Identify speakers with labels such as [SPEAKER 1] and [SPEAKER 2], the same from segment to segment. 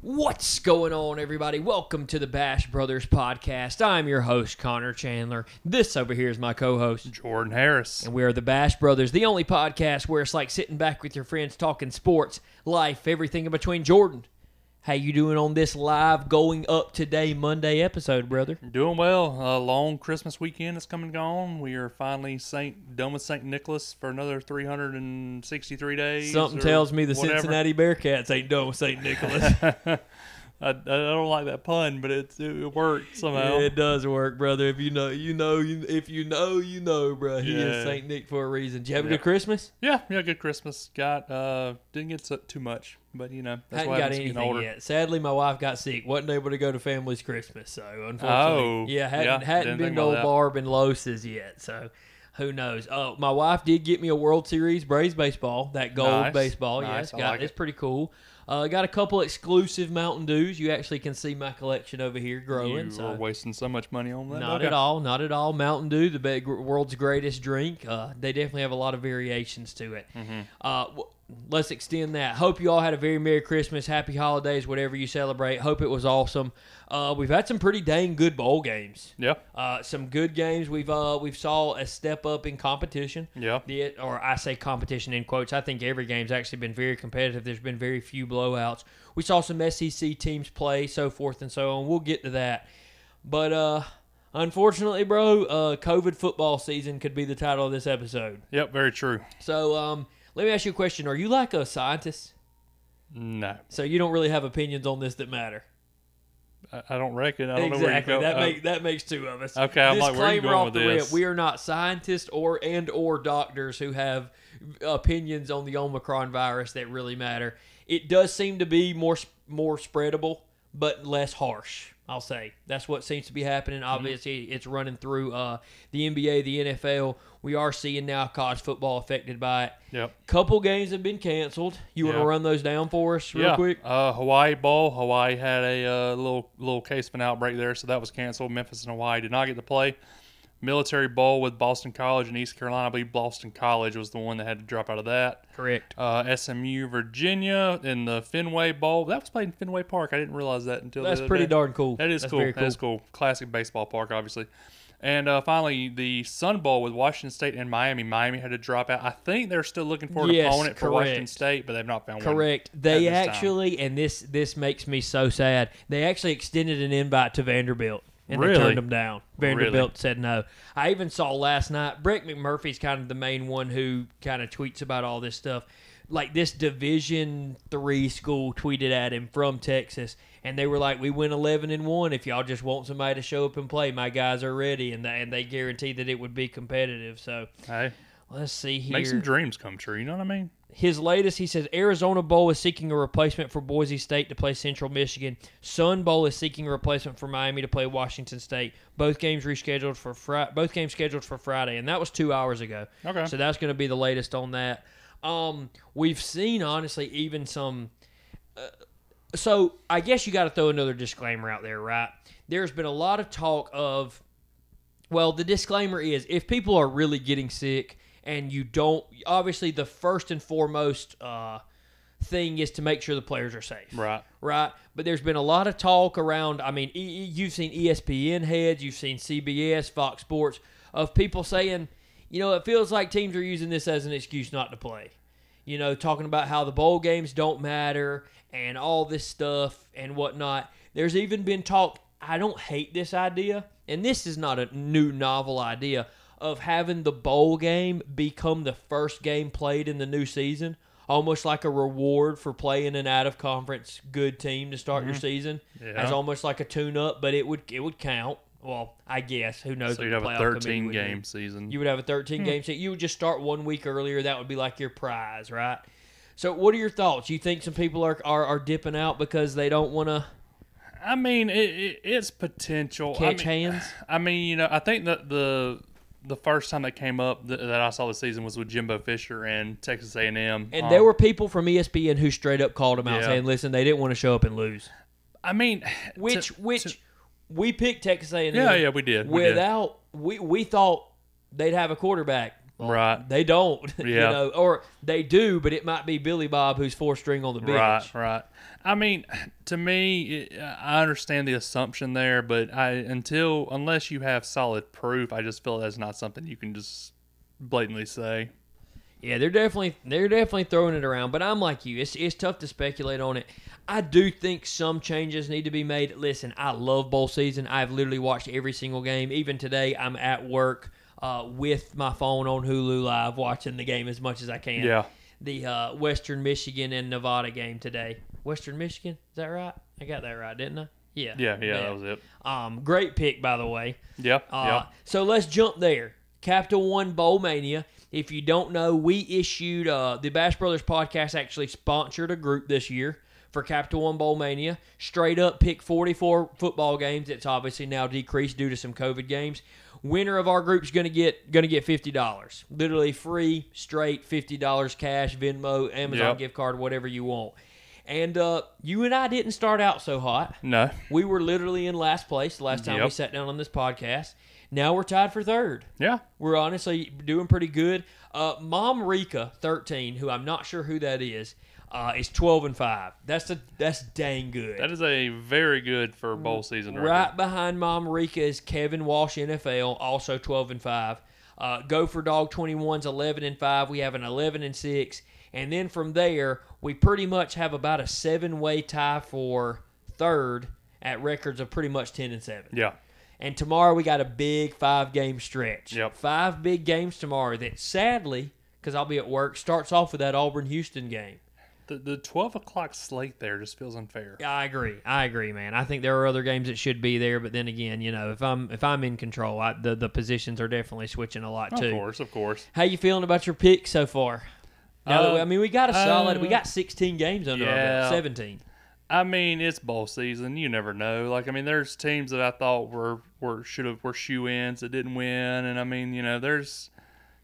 [SPEAKER 1] What's going on, everybody? Welcome to the Bash Brothers podcast. I'm your host, Connor Chandler. This over here is my co host,
[SPEAKER 2] Jordan Harris.
[SPEAKER 1] and we are the Bash Brothers, the only podcast where it's like sitting back with your friends talking sports, life, everything in between. Jordan, how you doing on this live going up today Monday episode, brother?
[SPEAKER 2] Doing well. A long Christmas weekend is coming and gone. We are finally Saint done with Saint Nicholas for another 363 days.
[SPEAKER 1] Something
[SPEAKER 2] or
[SPEAKER 1] tells me the
[SPEAKER 2] whatever.
[SPEAKER 1] Cincinnati Bearcats ain't done with St. Nicholas.
[SPEAKER 2] I, I don't like that pun, but it, it worked somehow.
[SPEAKER 1] Yeah, it does work, brother. If you know, you know, you, if you know, you know, bro. He is
[SPEAKER 2] Yeah.
[SPEAKER 1] Saint Nick for a reason. Did you have a
[SPEAKER 2] Yeah.
[SPEAKER 1] good Christmas?
[SPEAKER 2] yeah, yeah, good Christmas. Got uh, didn't get so- too much, but you know that's
[SPEAKER 1] Hadn't
[SPEAKER 2] why
[SPEAKER 1] got
[SPEAKER 2] I'm getting
[SPEAKER 1] anything
[SPEAKER 2] older.
[SPEAKER 1] yet. Sadly, my wife got sick. wasn't able to go to family's Christmas, so unfortunately,
[SPEAKER 2] Oh,
[SPEAKER 1] yeah,
[SPEAKER 2] yeah,
[SPEAKER 1] hadn't hadn't
[SPEAKER 2] didn't
[SPEAKER 1] been
[SPEAKER 2] think
[SPEAKER 1] to
[SPEAKER 2] about
[SPEAKER 1] old
[SPEAKER 2] that.
[SPEAKER 1] Barb and Los's yet. So who knows? Oh, my wife did get me a World Series Braves baseball, that gold
[SPEAKER 2] Nice,
[SPEAKER 1] baseball.
[SPEAKER 2] nice,
[SPEAKER 1] yes,
[SPEAKER 2] I
[SPEAKER 1] got
[SPEAKER 2] like
[SPEAKER 1] it's
[SPEAKER 2] it.
[SPEAKER 1] pretty cool. Uh, got a couple exclusive Mountain Dews. You actually can see my collection over here growing.
[SPEAKER 2] You
[SPEAKER 1] so.
[SPEAKER 2] were wasting so much money on that.
[SPEAKER 1] Not
[SPEAKER 2] Okay.
[SPEAKER 1] at all. Not at all. Mountain Dew, the big, world's greatest drink. Uh, they definitely have a lot of variations to it. Uh, w- let's extend that. Hope you all had a very Merry Christmas, Happy Holidays, whatever you celebrate. Hope it was awesome. Uh, we've had some pretty dang good bowl games.
[SPEAKER 2] Yeah,
[SPEAKER 1] Uh, some good games. We've uh, we've saw a step up in competition.
[SPEAKER 2] Yeah.
[SPEAKER 1] The, or I say competition in quotes. I think every game's actually been very competitive. There's been very few blowouts. We saw some SEC teams play, so forth and so on. We'll get to that. But uh, unfortunately, bro, uh, COVID football season could be the title of this episode.
[SPEAKER 2] yep, very true.
[SPEAKER 1] So um, let me ask you a question. Are you like a scientist?
[SPEAKER 2] No,
[SPEAKER 1] So you don't really have opinions on this that matter.
[SPEAKER 2] I, I don't reckon. I don't
[SPEAKER 1] Exactly.
[SPEAKER 2] know where you go.
[SPEAKER 1] That
[SPEAKER 2] Uh,
[SPEAKER 1] make, that makes two of us.
[SPEAKER 2] Okay, I'm like, where are you
[SPEAKER 1] Disclaimer
[SPEAKER 2] going
[SPEAKER 1] off
[SPEAKER 2] with
[SPEAKER 1] the rip,
[SPEAKER 2] this?
[SPEAKER 1] We are not scientists or and or doctors who have opinions on the Omicron virus that really matter. It does seem to be more sp- more spreadable, but less harsh. I'll say that's what seems to be
[SPEAKER 2] Mm-hmm.
[SPEAKER 1] happening. Obviously, it's running through uh, the NBA, the NFL. We are seeing now college football affected by it.
[SPEAKER 2] yep.
[SPEAKER 1] Couple games have been canceled. You want
[SPEAKER 2] Yeah.
[SPEAKER 1] to run those down for us real
[SPEAKER 2] yeah.
[SPEAKER 1] quick?
[SPEAKER 2] Uh, Hawaii Bowl. Hawaii had a uh, little little case of an outbreak there, so that was canceled. Memphis and Hawaii did not get to play. Military Bowl with Boston College and East Carolina. I believe Boston College was the one that had to drop out of that.
[SPEAKER 1] Correct.
[SPEAKER 2] Uh, SMU, Virginia, in the Fenway Bowl. That was played in Fenway Park. I didn't realize that until the
[SPEAKER 1] That's
[SPEAKER 2] other
[SPEAKER 1] pretty
[SPEAKER 2] day.
[SPEAKER 1] darn cool.
[SPEAKER 2] That is
[SPEAKER 1] That's
[SPEAKER 2] cool.
[SPEAKER 1] very
[SPEAKER 2] That is cool. Classic baseball park, obviously. And uh, finally, the Sun Bowl with Washington State and Miami. Miami had to drop out. I think they're still looking for an
[SPEAKER 1] Yes,
[SPEAKER 2] opponent for Washington
[SPEAKER 1] correct.
[SPEAKER 2] State, but they've not found one.
[SPEAKER 1] Correct. They
[SPEAKER 2] this time.
[SPEAKER 1] actually, and this this makes me so sad. They actually extended an invite to Vanderbilt, and they
[SPEAKER 2] Really?
[SPEAKER 1] turned them down. Vanderbilt said no. I even saw last night. Brett McMurphy's kind of the main one who kind of tweets about all this stuff. Like this Division three school tweeted at him from Texas, and they were like, "We went eleven and one. If y'all just want somebody to show up and play, my guys are ready." And they, and they guaranteed that it would be competitive. So
[SPEAKER 2] Hey,
[SPEAKER 1] let's see here.
[SPEAKER 2] make some dreams come true. You know what I mean?
[SPEAKER 1] His latest, he says, Arizona Bowl is seeking a replacement for Boise State to play Central Michigan. Sun Bowl is seeking a replacement for Miami to play Washington State. Both games rescheduled for Friday. Both games scheduled for Friday, and that was two hours ago.
[SPEAKER 2] Okay.
[SPEAKER 1] So that's going to be the latest on that. Um, we've seen honestly even some uh, so I guess you got to throw another disclaimer out there, right? There's been a lot of talk of, well, the disclaimer is if people are really getting sick and you don't, obviously the first and foremost uh, thing is to make sure the players are safe
[SPEAKER 2] Right.
[SPEAKER 1] right? But there's been a lot of talk around. I mean, E- E- you've seen ESPN heads, you've seen CBS, Fox Sports, of people saying, you know, it feels like teams are using this as an excuse not to play. You know, talking about how the bowl games don't matter and all this stuff and whatnot. There's even been talk. I don't hate this idea, and this is not a new novel idea of having the bowl game become the first game played in the new season almost like a reward for playing an out of conference good team to start your season
[SPEAKER 2] Mm-hmm. Yeah.
[SPEAKER 1] as almost like a tune up, but it would it would count. Well, I guess who knows?
[SPEAKER 2] So
[SPEAKER 1] what
[SPEAKER 2] you'd
[SPEAKER 1] the
[SPEAKER 2] have a
[SPEAKER 1] playoff committee
[SPEAKER 2] 13
[SPEAKER 1] would do.
[SPEAKER 2] game season.
[SPEAKER 1] You would have a 13 game set. You would just start one week earlier. That would be like your prize, right? So, what are your thoughts? You think some people are are, are dipping out because they don't want to
[SPEAKER 2] I mean, it, it, it's potential. I
[SPEAKER 1] catch
[SPEAKER 2] mean,
[SPEAKER 1] hands?
[SPEAKER 2] I mean, you know, I think that the the first time that came up th- that I saw the season was with Jimbo Fisher and Texas A&M.
[SPEAKER 1] And
[SPEAKER 2] Um,
[SPEAKER 1] there were people from E ESPN who straight up called them out
[SPEAKER 2] Yeah.
[SPEAKER 1] saying, "Listen, they didn't want to show up and lose."
[SPEAKER 2] I mean,
[SPEAKER 1] Which
[SPEAKER 2] to-
[SPEAKER 1] which
[SPEAKER 2] to-
[SPEAKER 1] we picked Texas A&M.
[SPEAKER 2] yeah, yeah, we did. We did.
[SPEAKER 1] without we we thought they'd have a quarterback. Well,
[SPEAKER 2] Right.
[SPEAKER 1] They don't. You
[SPEAKER 2] Yeah.
[SPEAKER 1] know, or they do, but it might be Billy Bob who's four string on the bench.
[SPEAKER 2] Right, right. I mean, to me, it, I understand the assumption there, but I until unless you have solid proof, I just feel that's not something you can just blatantly say.
[SPEAKER 1] Yeah, they're definitely they're definitely throwing it around, but I'm like you. It's it's tough to speculate on it. I do think some changes need to be made. Listen, I love bowl season. I've literally watched every single game. Even today, I'm at work uh, with my phone on Hulu Live, watching the game as much as I can.
[SPEAKER 2] Yeah.
[SPEAKER 1] The uh, Western Michigan and Nevada game today. Western Michigan, is that right? I got that right, didn't I? Yeah.
[SPEAKER 2] Yeah, yeah, that was it.
[SPEAKER 1] Um, great pick, by the way.
[SPEAKER 2] Yeah,
[SPEAKER 1] Uh, So let's jump there. Capital One Bowl Mania. If you don't know, we issued uh, the Bash Brothers podcast actually sponsored a group this year for Capital One Bowl Mania. Straight up pick 44 football games. It's obviously now decreased due to some COVID games. Winner of our group's gonna get gonna get fifty dollars, literally free, straight fifty dollars cash, Venmo, Amazon
[SPEAKER 2] Yep.
[SPEAKER 1] gift card, whatever you want. And uh, you and I didn't start out so hot.
[SPEAKER 2] yeah. No.
[SPEAKER 1] We were literally in last place last time we
[SPEAKER 2] Yep.
[SPEAKER 1] sat down on this podcast. Now we're tied for third.
[SPEAKER 2] Yeah.
[SPEAKER 1] We're honestly doing pretty good. Uh, Mom Rika, thirteen, who I'm not sure who that is, uh, is twelve and five. That's a that's dang good.
[SPEAKER 2] That is a very good for bowl season record.
[SPEAKER 1] Right behind Mom Rika is Kevin Walsh, NFL, also 12 and 5. Uh, Gopher Dog 21's 11 and 5. We have an 11 and 6. And then from there, we pretty much have about a seven way tie for third at records of pretty much 10 and 7.
[SPEAKER 2] Yeah.
[SPEAKER 1] And tomorrow we got a big five game stretch.
[SPEAKER 2] Yep.
[SPEAKER 1] Five big games tomorrow that sadly, because I'll be at work, starts off with that Auburn Houston game.
[SPEAKER 2] The, the 12 o'clock slate there just feels unfair.
[SPEAKER 1] Yeah, I agree. I agree, man. I think there are other games that should be there, but then again, you know, if I'm if I'm in control, I, the the positions are definitely switching a lot
[SPEAKER 2] of
[SPEAKER 1] too.
[SPEAKER 2] course, of course.
[SPEAKER 1] How you feeling about your pick so far? Now that we,
[SPEAKER 2] Uh,
[SPEAKER 1] I mean, we got a solid. we
[SPEAKER 2] uh,
[SPEAKER 1] got 16 games under our
[SPEAKER 2] yeah.
[SPEAKER 1] belt. 17.
[SPEAKER 2] I mean, it's bowl season. You never know. Like, I mean, there's teams that I thought were were should have were shoe ins that didn't win, and I mean, you know, there's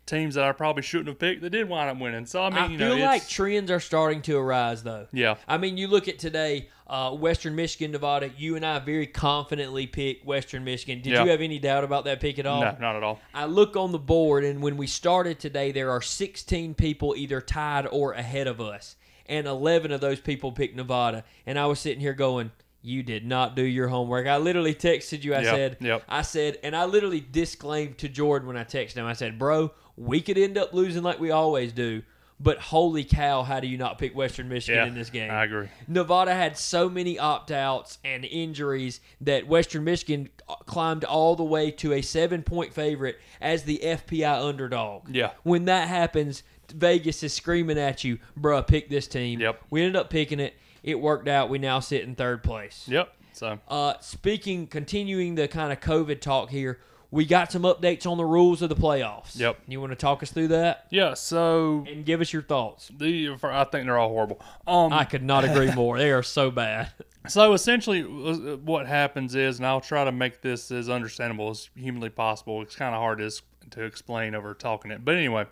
[SPEAKER 2] teams that I probably shouldn't have picked that did wind up winning. So I mean,
[SPEAKER 1] I,
[SPEAKER 2] you know,
[SPEAKER 1] feel
[SPEAKER 2] it's,
[SPEAKER 1] like trends are starting to arise, though.
[SPEAKER 2] yeah,
[SPEAKER 1] I mean, you look at today, uh, Western Michigan, Nevada. You and I very confidently picked Western Michigan. Did
[SPEAKER 2] Yeah.
[SPEAKER 1] you have any doubt about that pick at all?
[SPEAKER 2] no, not at all.
[SPEAKER 1] I look on the board, and when we started today, there are 16 people either tied or ahead of us, and 11 of those people picked Nevada. And I was sitting here going, "You did not do your homework." I literally texted you. I
[SPEAKER 2] Yep,
[SPEAKER 1] said,
[SPEAKER 2] yep.
[SPEAKER 1] I said, and I literally disclaimed to Jordan when I texted him. I said, "Bro, we could end up losing like we always do." But holy cow, how do you not pick Western Michigan
[SPEAKER 2] Yeah,
[SPEAKER 1] in this game?
[SPEAKER 2] I agree.
[SPEAKER 1] Nevada had so many opt outs and injuries that Western Michigan uh, climbed all the way to a seven point favorite as the FPI underdog.
[SPEAKER 2] Yeah.
[SPEAKER 1] When that happens, Vegas is screaming at you, bruh, pick this team.
[SPEAKER 2] Yep.
[SPEAKER 1] We ended up picking it. It worked out. We now sit in third place.
[SPEAKER 2] Yep. So
[SPEAKER 1] Uh, speaking, continuing the kind of COVID talk here, we got some updates on the rules of the playoffs.
[SPEAKER 2] Yep.
[SPEAKER 1] You want to talk us through that
[SPEAKER 2] yeah, so
[SPEAKER 1] and give us your thoughts?
[SPEAKER 2] the for, I think they're all horrible. Um,
[SPEAKER 1] I could not agree more. they are so bad.
[SPEAKER 2] So essentially, uh, what happens is, and I'll try to make this as understandable as humanly possible. It's kind of hard to, s- to explain over talking it, but anyway,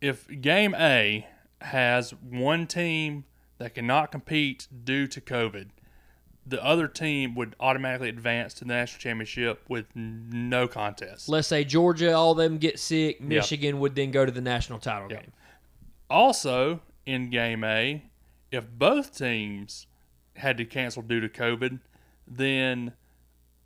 [SPEAKER 2] if game A has one team that cannot compete due to COVID, the other team would automatically advance to the national championship with n- no contest.
[SPEAKER 1] let's say Georgia, all them get sick, Michigan would then go to the national title game.
[SPEAKER 2] Also, in game A, if both teams had to cancel due to COVID, then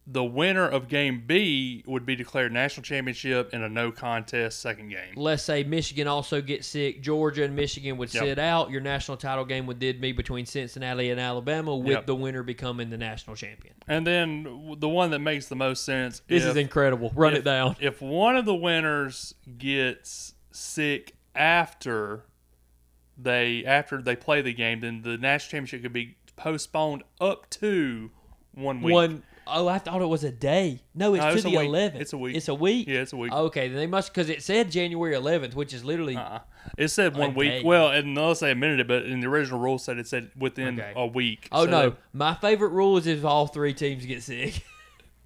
[SPEAKER 2] the winner of game B would be declared national championship in a no contest second game.
[SPEAKER 1] Let's say Michigan also gets sick, Georgia and Michigan would sit out. Your national title game would then be between Cincinnati and Alabama, with
[SPEAKER 2] Yep.
[SPEAKER 1] the winner becoming the national champion.
[SPEAKER 2] And then w- the one that makes the most sense
[SPEAKER 1] This
[SPEAKER 2] if,
[SPEAKER 1] is incredible. Run
[SPEAKER 2] if-
[SPEAKER 1] it down.
[SPEAKER 2] If one of the winners gets sick after they after they play the game, then the national championship could be postponed up to one week.
[SPEAKER 1] One oh, I thought it was a day. No, it's
[SPEAKER 2] No,
[SPEAKER 1] to
[SPEAKER 2] it's a
[SPEAKER 1] the
[SPEAKER 2] week.
[SPEAKER 1] 11th.
[SPEAKER 2] It's a week.
[SPEAKER 1] It's a week.
[SPEAKER 2] Yeah, it's a week.
[SPEAKER 1] Okay, then they must because it said January 11th, which is literally
[SPEAKER 2] Uh-uh. It said one week.
[SPEAKER 1] day.
[SPEAKER 2] Well, and let's say a minute, but in the original rule said it said within
[SPEAKER 1] Okay.
[SPEAKER 2] a week.
[SPEAKER 1] Oh
[SPEAKER 2] So
[SPEAKER 1] no!
[SPEAKER 2] that-
[SPEAKER 1] My favorite rule is if all three teams get sick.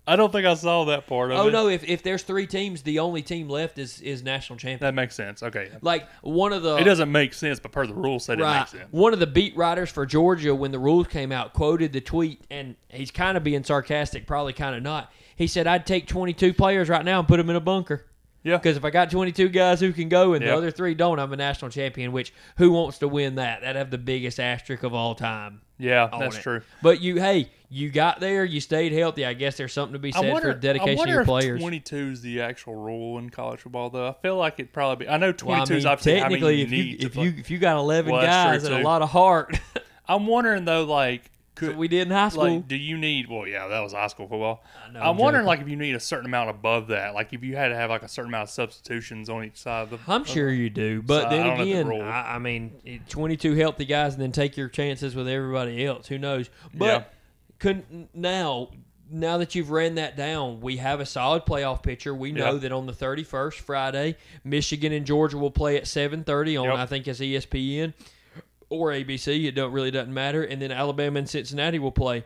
[SPEAKER 2] I don't think I saw that part of
[SPEAKER 1] oh
[SPEAKER 2] it.
[SPEAKER 1] no! If, if there's three teams, the only team left is is national champion.
[SPEAKER 2] That makes sense. Okay.
[SPEAKER 1] Like one of the
[SPEAKER 2] It doesn't make sense, but per the rule said it
[SPEAKER 1] Uh, Right.
[SPEAKER 2] makes sense.
[SPEAKER 1] One of the beat writers for Georgia, when the rules came out, quoted the tweet, and he's kind of being sarcastic, probably kind of not. He said, "I'd take 22 players right now and put them in a bunker."
[SPEAKER 2] Yeah.
[SPEAKER 1] Because if I got 22 guys who can go and the
[SPEAKER 2] Yep.
[SPEAKER 1] other three don't, I'm a national champion. Which who wants to win that? That'd have the biggest asterisk of all time.
[SPEAKER 2] Yeah,
[SPEAKER 1] on
[SPEAKER 2] that's
[SPEAKER 1] it.
[SPEAKER 2] true.
[SPEAKER 1] But you, hey, you got there. You stayed healthy. I guess there's something to be
[SPEAKER 2] I
[SPEAKER 1] said
[SPEAKER 2] wonder,
[SPEAKER 1] for dedication
[SPEAKER 2] I
[SPEAKER 1] to
[SPEAKER 2] wonder
[SPEAKER 1] your players.
[SPEAKER 2] if 22 is the actual rule in college football, though. I feel like it probably be. I know 22
[SPEAKER 1] Well, I
[SPEAKER 2] is
[SPEAKER 1] mean,
[SPEAKER 2] obviously how many
[SPEAKER 1] technically,
[SPEAKER 2] you
[SPEAKER 1] if
[SPEAKER 2] need
[SPEAKER 1] you
[SPEAKER 2] to
[SPEAKER 1] if
[SPEAKER 2] play.
[SPEAKER 1] you if you got 11
[SPEAKER 2] Well, that's true,
[SPEAKER 1] guys and a
[SPEAKER 2] too.
[SPEAKER 1] lot of heart,
[SPEAKER 2] I'm wondering, though, like, could,
[SPEAKER 1] that we did in high school.
[SPEAKER 2] like, do you need? Well, yeah, that was high school football.
[SPEAKER 1] I know,
[SPEAKER 2] I'm,
[SPEAKER 1] I'm
[SPEAKER 2] wondering,
[SPEAKER 1] joking.
[SPEAKER 2] like, if you need a certain amount above that, like, if you had to have like a certain amount of substitutions on each side of the.
[SPEAKER 1] I'm sure you do, but
[SPEAKER 2] Uh-huh. So, I
[SPEAKER 1] then
[SPEAKER 2] don't know the
[SPEAKER 1] again,
[SPEAKER 2] rule.
[SPEAKER 1] I, I mean, it- 22 healthy guys, and then take your chances with everybody else. Who knows? But
[SPEAKER 2] Yeah.
[SPEAKER 1] couldn't- now, now that you've ran that down, we have a solid playoff picture. We know
[SPEAKER 2] Yeah.
[SPEAKER 1] that on the 31st Friday, Michigan and Georgia will play at 7:30 on
[SPEAKER 2] Yep.
[SPEAKER 1] I think it's E ESPN or ABC. It don't really doesn't matter. And then Alabama and Cincinnati will play.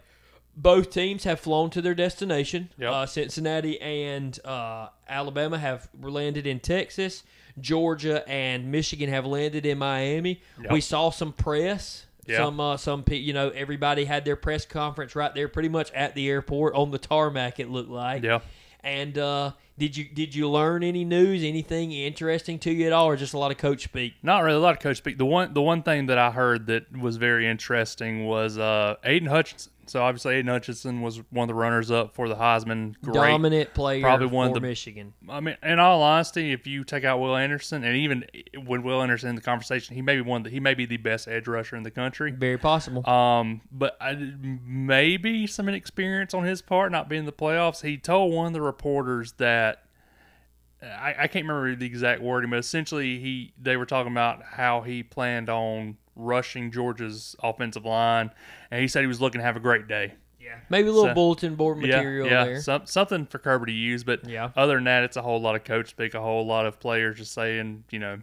[SPEAKER 1] Both teams have flown to their destination.
[SPEAKER 2] Yep.
[SPEAKER 1] Uh, Cincinnati and uh, Alabama have landed in Texas. Georgia and Michigan have landed in Miami.
[SPEAKER 2] Yep.
[SPEAKER 1] We saw some press.
[SPEAKER 2] Yeah.
[SPEAKER 1] Some uh, some pe- you know everybody had their press conference right there, pretty much at the airport on the tarmac. It looked like.
[SPEAKER 2] Yeah.
[SPEAKER 1] And uh, did you did you learn any news, anything interesting to you at all, or just a lot of coach speak?
[SPEAKER 2] Not really a lot of coach speak. The one, the one thing that I heard that was very interesting was uh, Aiden Hutchinson. So obviously, Aiden Hutchinson was one of the runners up for the Heisman. Great.
[SPEAKER 1] Dominant player
[SPEAKER 2] Probably one of
[SPEAKER 1] for
[SPEAKER 2] the-
[SPEAKER 1] Michigan.
[SPEAKER 2] I mean, in all honesty, if you take out Will Anderson, and even with Will Anderson in the conversation, he may be one. That, he may be the best edge rusher in the country.
[SPEAKER 1] Very possible.
[SPEAKER 2] Um, but I, maybe some inexperience on his part, not being in the playoffs. He told one of the reporters that I, I can't remember the exact wording, but essentially he they were talking about how he planned on rushing Georgia's offensive line, and he said he was looking to have a great day.
[SPEAKER 1] yeah. Maybe a little
[SPEAKER 2] So-
[SPEAKER 1] bulletin board material
[SPEAKER 2] yeah, yeah,
[SPEAKER 1] there.
[SPEAKER 2] Some, something for Kirby to use, but
[SPEAKER 1] Yeah.
[SPEAKER 2] other than that, it's a whole lot of coach speak, a whole lot of players just saying, you know,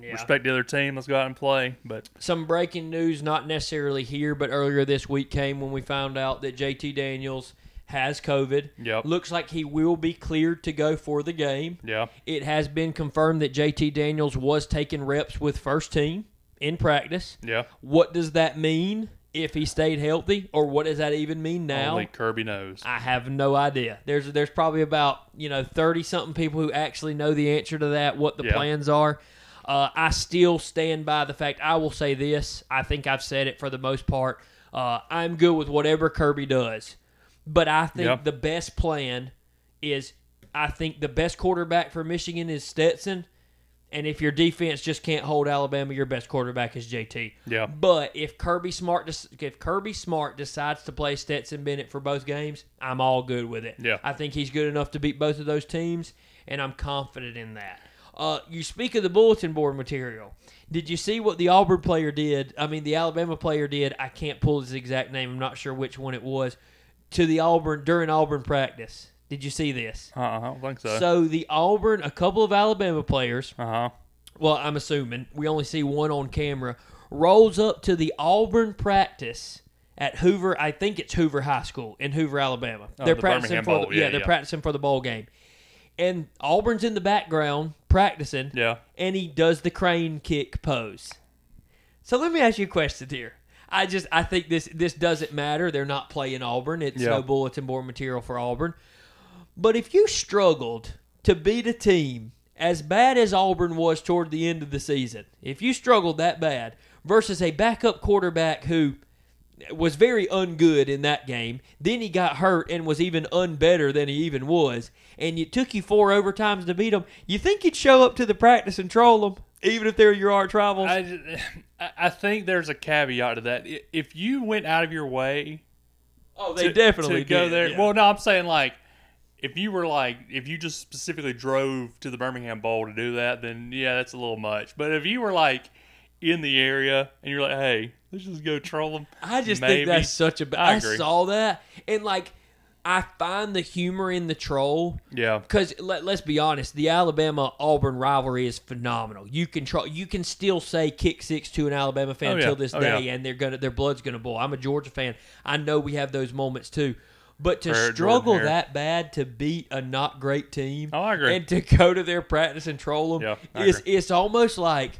[SPEAKER 1] Yeah.
[SPEAKER 2] respect the other team, let's go out and play. But
[SPEAKER 1] some breaking news, not necessarily here, but earlier this week came when we found out that JT Daniels has COVID.
[SPEAKER 2] Yep.
[SPEAKER 1] Looks like he will be cleared to go for the game.
[SPEAKER 2] yeah,
[SPEAKER 1] It has been confirmed that JT Daniels was taking reps with first team in practice.
[SPEAKER 2] yeah,
[SPEAKER 1] What does that mean if he stayed healthy, or what does that even mean now?
[SPEAKER 2] only Kirby knows.
[SPEAKER 1] I have no idea. There's there's probably about you know thirty something people who actually know the answer to that, what the
[SPEAKER 2] Yeah.
[SPEAKER 1] plans are. Uh, I still stand by the fact. I will say this. I think I've said it for the most part. Uh, I'm good with whatever Kirby does, but I think
[SPEAKER 2] Yeah.
[SPEAKER 1] the best plan is. I think the best quarterback for Michigan is Stetson, and if your defense just can't hold Alabama, your best quarterback is JT.
[SPEAKER 2] Yeah.
[SPEAKER 1] But if Kirby Smart dec- if Kirby Smart decides to play Stetson Bennett for both games, I'm all good with it.
[SPEAKER 2] Yeah.
[SPEAKER 1] I think he's good enough to beat both of those teams, and I'm confident in that. Uh, you speak of the bulletin board material. Did you see what the Auburn player did? I mean, the Alabama player did. I can't pull his exact name. I'm not sure which one it was. To the Auburn during Auburn practice. Did you see this?
[SPEAKER 2] Uh, I don't think so.
[SPEAKER 1] So the Auburn, a couple of Alabama players,
[SPEAKER 2] uh huh.
[SPEAKER 1] well, I'm assuming we only see one on camera, rolls up to the Auburn practice at Hoover. I think it's Hoover High School in Hoover, Alabama. they're
[SPEAKER 2] Oh, the
[SPEAKER 1] practicing
[SPEAKER 2] Birmingham
[SPEAKER 1] for
[SPEAKER 2] Bowl.
[SPEAKER 1] the, yeah,
[SPEAKER 2] Yeah,
[SPEAKER 1] they're
[SPEAKER 2] yeah.
[SPEAKER 1] practicing for the bowl game, and Auburn's in the background practicing.
[SPEAKER 2] Yeah.
[SPEAKER 1] and he does the crane kick pose. So let me ask you a question here. I just I think this this doesn't matter. They're not playing Auburn. It's
[SPEAKER 2] Yeah.
[SPEAKER 1] no bulletin board material for Auburn. But if you struggled to beat a team as bad as Auburn was toward the end of the season, if you struggled that bad versus a backup quarterback who was very ungood in that game, then he got hurt and was even unbetter than he even was, and it took you four overtimes to beat him, you think you'd show up to the practice and troll them, even if they're your arch rivals?
[SPEAKER 2] I, ju- I- I think there's a caveat to that. I- If you went out of your way
[SPEAKER 1] oh,
[SPEAKER 2] to,
[SPEAKER 1] they definitely
[SPEAKER 2] to go
[SPEAKER 1] did,
[SPEAKER 2] there,
[SPEAKER 1] yeah.
[SPEAKER 2] well, no, I'm saying like if you were like if you just specifically drove to the Birmingham Bowl to do that, then yeah, that's a little much. But if you were like in the area and you're like, hey, let's just go troll them.
[SPEAKER 1] I just think
[SPEAKER 2] maybe.
[SPEAKER 1] that's such a.
[SPEAKER 2] I
[SPEAKER 1] I
[SPEAKER 2] agree.
[SPEAKER 1] saw that and like, I find the humor in the troll.
[SPEAKER 2] yeah,
[SPEAKER 1] Because let, let's be honest, the Alabama Auburn rivalry is phenomenal. You can tro- you can still say kick six to an Alabama fan
[SPEAKER 2] Oh, yeah.
[SPEAKER 1] till this
[SPEAKER 2] Oh,
[SPEAKER 1] day,
[SPEAKER 2] yeah.
[SPEAKER 1] and they're gonna their blood's gonna boil. I'm a Georgia fan. I know we have those moments too, but to
[SPEAKER 2] Hair, Jordan
[SPEAKER 1] struggle
[SPEAKER 2] hair.
[SPEAKER 1] that bad to beat a not great team,
[SPEAKER 2] Oh, I agree.
[SPEAKER 1] and to go to their practice and troll them,
[SPEAKER 2] Yeah, I
[SPEAKER 1] it's
[SPEAKER 2] agree.
[SPEAKER 1] it's almost like.